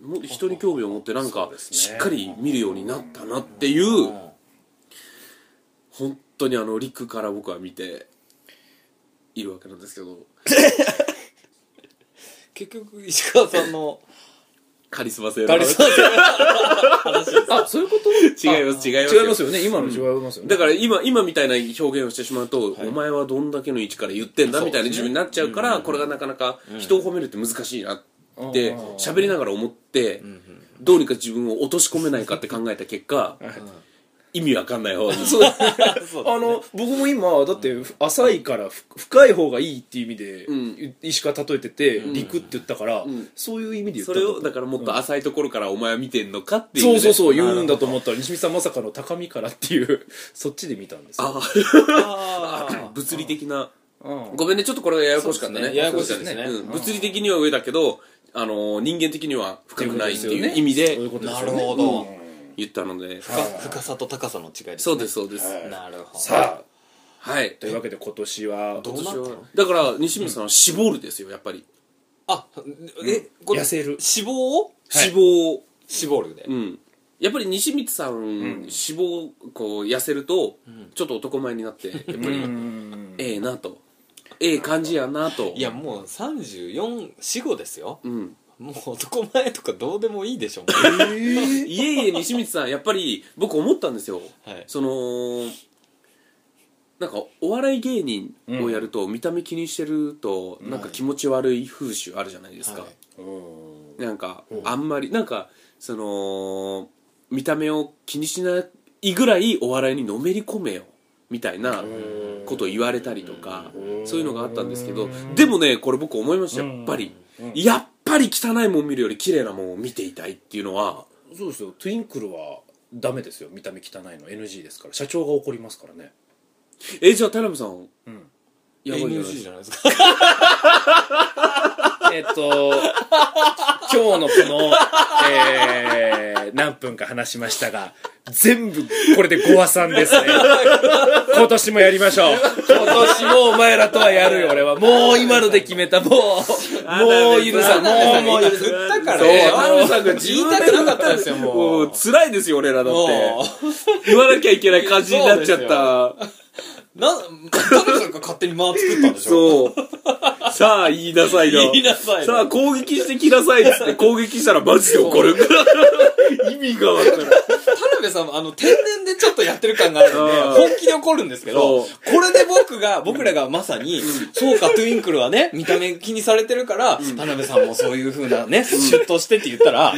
Speaker 1: も人に興味を持ってなんか
Speaker 3: そうですね
Speaker 1: しっかり見るようになったなっていう本当にあの陸から僕は見ているわけなんですけど
Speaker 2: 結局石川さんの
Speaker 1: カリスマ性の
Speaker 2: ガリさん
Speaker 3: あそういうこと
Speaker 1: 違います違います
Speaker 3: 違いますよね今の違いますよね
Speaker 1: だから今今みたいな表現をしてしまうと、お前はどんだけの位置から言ってんだみたいな自分になっちゃうからこれがなかなか人を褒めるって難しいなって
Speaker 3: うん
Speaker 1: 喋りながら思って、どうにか自分を落とし込めないかって考えた結果、意味わかんない 方に
Speaker 3: あの僕も今だって浅いからふ深い方がいいっていう意味で、
Speaker 1: うん
Speaker 3: 石川例えてて、陸って言ったから、
Speaker 1: ん
Speaker 3: そういう意味で言っ
Speaker 1: そ
Speaker 3: たんだ
Speaker 1: れ
Speaker 3: と
Speaker 1: をだからもっと浅いところからお前は見てんのかっていう、
Speaker 3: そうそうそう
Speaker 1: う
Speaker 3: 言うんだと思ったら西見さんまさかの高みからっていう そっちで見たんですよ
Speaker 1: あ
Speaker 2: あ
Speaker 1: あ物理的な
Speaker 3: うん
Speaker 1: ごめんねちょっとこれややこしかった
Speaker 2: そうで
Speaker 1: ね
Speaker 2: すねややこしいですね
Speaker 1: うん物理的には上だけどあの人間的には深くないっていう意味
Speaker 3: そういう
Speaker 1: で
Speaker 3: ことで
Speaker 2: な
Speaker 3: すよ
Speaker 2: る
Speaker 3: ね
Speaker 2: ほど、
Speaker 1: 言ったので
Speaker 2: 深深さと高さの違いです、ね、
Speaker 1: そうですそうです
Speaker 4: はい
Speaker 2: なるほど
Speaker 3: さあ
Speaker 1: はい
Speaker 3: というわけで今年は
Speaker 2: どうなったの
Speaker 1: だから西村さんは絞るですよやっぱり
Speaker 2: あえこれ
Speaker 3: 痩せる
Speaker 2: 脂肪を
Speaker 1: 脂肪を
Speaker 2: 絞るで、
Speaker 1: うんやっぱり西光さん、脂肪こう痩せると、ちょっと男前になってやっぱり、
Speaker 3: うん
Speaker 1: ええなとええ感じやなと
Speaker 2: いやもう34445ですよ
Speaker 1: うん
Speaker 2: もう男前とかどうでもいいでしょも
Speaker 1: いえいえ西光さんやっぱり僕思ったんですよ、
Speaker 2: はい
Speaker 1: そのなんかお笑い芸人をやると見た目気にしてるとなんか気持ち悪い風習あるじゃないですか、
Speaker 2: はい
Speaker 3: うん
Speaker 1: なんかあんまりなんかその見た目を気にしないぐらいお笑いにのめり込めよみたいなことを言われたりとかそういうのがあったんですけどでもねこれ僕思いましたやっぱりやっぱり汚いもん見るより綺麗なもんを見ていたいっていうのは
Speaker 3: そうですよトゥインクルはダメですよ見た目汚いの NG ですから社長が怒りますから ね
Speaker 1: えじゃあ田辺さん、
Speaker 3: ん
Speaker 2: う
Speaker 1: やばいじゃないで
Speaker 2: ゃ
Speaker 1: すか
Speaker 2: ないですか
Speaker 3: えっと、今日のこの、えー、何分か話しましたが、全部これで5話さんです ね。今年もやりましょう。今年もお前らとはやるよ、俺は。もう今ので決めた、もう、もう許さん、もうもう許さん。
Speaker 2: 振ったから
Speaker 1: そう
Speaker 2: ね
Speaker 1: 田辺さんが自
Speaker 2: 言い
Speaker 1: 分で
Speaker 2: たくなかったですよも
Speaker 1: も
Speaker 2: う
Speaker 1: う辛いですよ俺らだっ
Speaker 2: も
Speaker 1: て言わなきゃいけない感じになっちゃった
Speaker 2: うな田辺さんが勝手に間作ったんでしょ
Speaker 1: そうさあ言いなさいよ
Speaker 2: 言いなさいよ
Speaker 1: さあ攻撃してきなさいっつって攻撃したらマジで 怒る意味がわからない
Speaker 2: 田辺さんもあの天然でちょっとやってる感があ るんで
Speaker 1: うん
Speaker 2: 本気で怒るんですけど
Speaker 1: そ
Speaker 2: これで僕が僕らがまさにそうかトゥインクルはね見た目気にされてるから田辺さんもそういう風なねシュッとしてって言ったら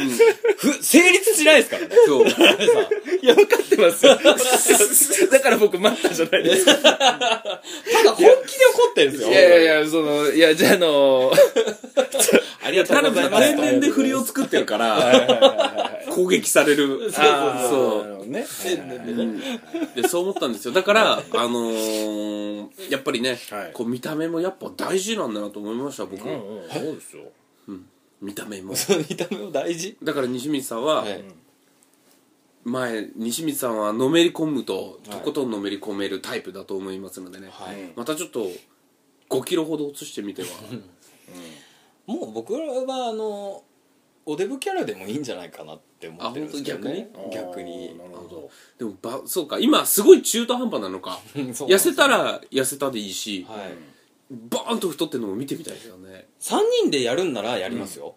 Speaker 2: ふ成立しないですからね
Speaker 1: そう
Speaker 2: 田辺さん
Speaker 3: いや、分かってますよ。だから僕、待ったじゃないですか。
Speaker 2: ただ本気で怒ってるんですよ
Speaker 3: いやいやいや、その、いや、じゃあ、あの、
Speaker 2: ありがと
Speaker 1: 田
Speaker 2: うご
Speaker 1: 辺
Speaker 2: ざ
Speaker 1: さ
Speaker 2: い
Speaker 1: ん
Speaker 2: ます
Speaker 1: 天然で振りを作ってるから攻撃される
Speaker 3: あー
Speaker 1: そう
Speaker 3: なるほどね。
Speaker 1: でそう思ったんですよだから、あのーやっぱりね、
Speaker 3: はい
Speaker 1: こう見た目もやっぱ大事なんだなと思いました僕、
Speaker 3: うんうんそうです よ。
Speaker 1: 見た目も
Speaker 2: 見た目も大事
Speaker 1: だから西光さんは、前西光さんはのめり込むととことんのめり込めるタイプだと思いますのでね、
Speaker 2: はい
Speaker 1: またちょっと5キロほど落とし てみては
Speaker 2: もう僕らはあのおデブキャラでもいいんじゃないかなって思ってるんですけどね
Speaker 1: あ
Speaker 2: 逆に
Speaker 3: なるほど。
Speaker 1: でもばそうか今すごい中途半端なのか
Speaker 2: そうなんで
Speaker 1: 痩
Speaker 2: すよ
Speaker 1: せたら痩せたでいいし、
Speaker 2: はい
Speaker 1: バーンと太ってるのも見てみたいですよね
Speaker 2: 3人でやるんならやりますよ、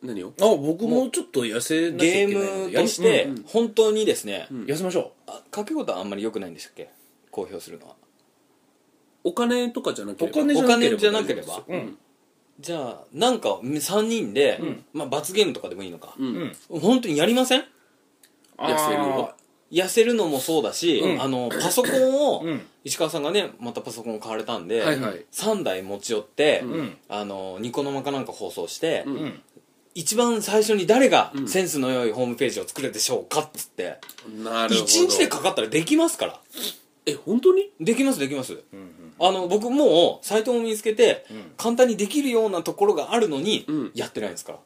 Speaker 1: 何を
Speaker 3: あ、僕もちょっと痩せなきゃ
Speaker 2: ゲ
Speaker 3: いけない
Speaker 2: ー
Speaker 3: の
Speaker 2: ム
Speaker 3: でや
Speaker 2: と
Speaker 3: り
Speaker 2: して本当にですね、
Speaker 1: ん
Speaker 3: 痩せましょ
Speaker 2: あ掛け事はあんまり良くないんでしたっけ公表するのは
Speaker 1: お金とかじゃなけ
Speaker 3: う。
Speaker 1: れば
Speaker 2: お金じゃなければ
Speaker 3: うん。
Speaker 2: じゃあなんか3人で、まあ、罰ゲームとかでもいいのか、
Speaker 1: うん
Speaker 3: うん
Speaker 2: 本当にやりません
Speaker 1: 痩せるの
Speaker 2: 痩せるのもそうだし、
Speaker 3: うん
Speaker 2: あのパソコンを、
Speaker 3: うん
Speaker 2: 石川さんがねまたパソコンを買われたんで、
Speaker 1: はいはい
Speaker 2: 3台持ち寄って、
Speaker 3: ん
Speaker 2: あのニコ生かなんか放送して、
Speaker 1: うん
Speaker 3: うん
Speaker 2: 一番最初に誰がセンスの良いホームページを作るでしょうかっつって、
Speaker 1: なるほど
Speaker 2: 1日でかかったらできますから
Speaker 1: え本当に
Speaker 2: できますできます、あの僕もうサイトも見つけて、簡単にできるようなところがあるのに、
Speaker 1: うん
Speaker 2: やってないんですから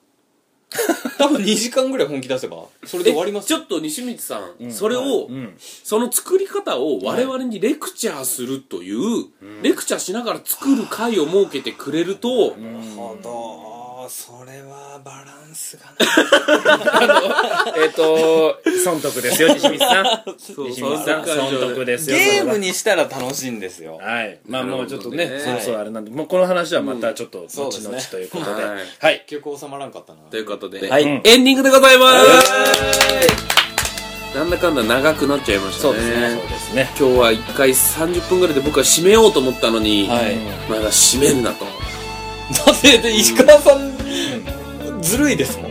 Speaker 2: 多分2時間ぐらい本気出せばそれで終わります
Speaker 1: ちょっと西光さん、それを、
Speaker 3: うん
Speaker 1: その作り方を我々にレクチャーするという、レクチャーしながら作る会を設けてくれると、
Speaker 2: ほどそれはバランスが
Speaker 3: えっと損得ですよ西光さん
Speaker 1: そう
Speaker 3: 西光さん損得ですよ
Speaker 2: ゲームにしたら楽しいんですよ
Speaker 3: はいまあもうちょっとね
Speaker 1: なるほどね
Speaker 3: そろそろあれなんでもうこの話はまたちょっと
Speaker 2: そうで
Speaker 3: 後
Speaker 2: すね
Speaker 3: 々ということで
Speaker 1: はい
Speaker 3: はい
Speaker 2: 結局収まらんかったな
Speaker 1: ということで、
Speaker 3: い
Speaker 1: うんエンディングでございますなんだかんだ長くなっちゃいましたね
Speaker 3: そうですね
Speaker 1: 今日は1回30分ぐらいで僕は締めようと思ったのに、
Speaker 2: はい
Speaker 1: まだ締めんなと
Speaker 2: だってで石川さんずるいですもん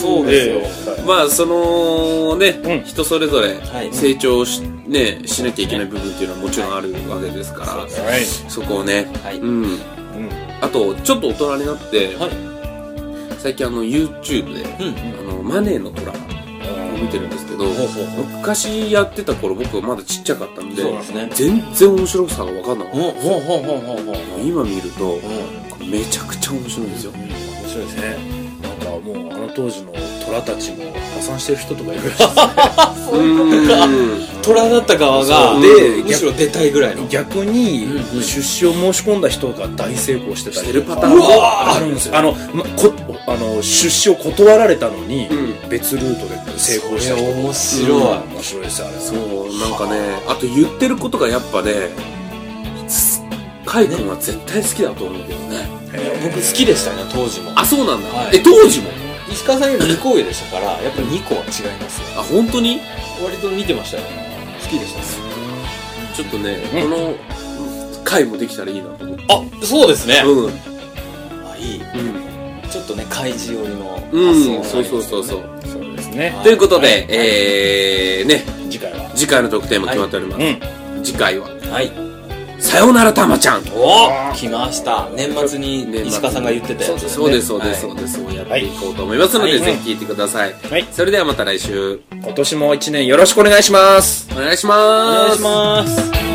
Speaker 2: そうですよ
Speaker 1: まあそのね、
Speaker 3: うん
Speaker 1: 人それぞれ
Speaker 2: はい
Speaker 1: 成長し,、ね、しなきゃいけない部分っていうのはもちろんあるわけですから、
Speaker 3: はい
Speaker 1: そこをね、
Speaker 2: はい
Speaker 1: うん、
Speaker 3: うん
Speaker 1: あとちょっと大人になって、
Speaker 2: はい
Speaker 1: 最近あの YouTube で、
Speaker 2: うん
Speaker 1: あのマネーの虎を見てるんですけど、
Speaker 2: ほうほうほう
Speaker 1: 昔やってた頃僕はまだちっちゃかったんで
Speaker 2: そうですね
Speaker 1: 全然面白さが分かんなかっ
Speaker 2: ほうほうほうほうほうほう
Speaker 1: た今見ると
Speaker 2: うん
Speaker 1: めちゃくちゃ面白いんですよ
Speaker 2: 面白いですね
Speaker 3: ねなんかもうあの当時の虎たちも破産してる人とかいるらしい
Speaker 1: うん
Speaker 2: 虎だった側が
Speaker 1: そう
Speaker 2: でむしろ出たいぐらいの
Speaker 3: 逆に
Speaker 2: うんうん
Speaker 3: 出資を申し込んだ人が大成功してた
Speaker 1: し
Speaker 3: り
Speaker 1: て
Speaker 3: と
Speaker 1: る
Speaker 3: か
Speaker 1: パターンも
Speaker 2: うわ
Speaker 3: あるんですよあの、まこあの出資を断られたのに、
Speaker 1: う
Speaker 3: 別ルートで成功した
Speaker 2: そ
Speaker 3: 人
Speaker 2: れ面白い
Speaker 3: うん面白いですあれ
Speaker 1: そうなんかねあと言ってることがやっぱねすカイ君は絶対好きだと思うけどね
Speaker 2: 僕好きでしたね当時も
Speaker 1: あそうなんだ、
Speaker 2: はい
Speaker 1: え当時も
Speaker 2: 石川さんより2個上でしたからやっぱり2個は違いますよ
Speaker 1: あ本当に
Speaker 2: 割と見てましたよ好きでした
Speaker 1: ちょっとね、この回もできたらいいなと思って
Speaker 2: あそうですね
Speaker 1: うんうん
Speaker 2: あいいちょっとね開示寄りの
Speaker 1: うんそうそうそうそう、
Speaker 3: そうですね
Speaker 1: ということで、
Speaker 2: はい
Speaker 1: えー、ね
Speaker 3: 次回は
Speaker 1: 次回の特典も決まっております、
Speaker 3: うん
Speaker 1: 次回は
Speaker 2: うはい
Speaker 1: 「さよならたまちゃん」
Speaker 2: お来ました年末に
Speaker 1: 年末
Speaker 2: 石川さんが言ってたやつ
Speaker 1: そうですそうです
Speaker 2: は
Speaker 1: そう
Speaker 2: い
Speaker 1: です、そうやっていこうと思いますので、
Speaker 3: はい
Speaker 1: ぜひ聞いてください、
Speaker 3: はい
Speaker 1: それではまた来週
Speaker 3: 今年も一年よろしくお願いします
Speaker 1: お願いします
Speaker 2: お願いします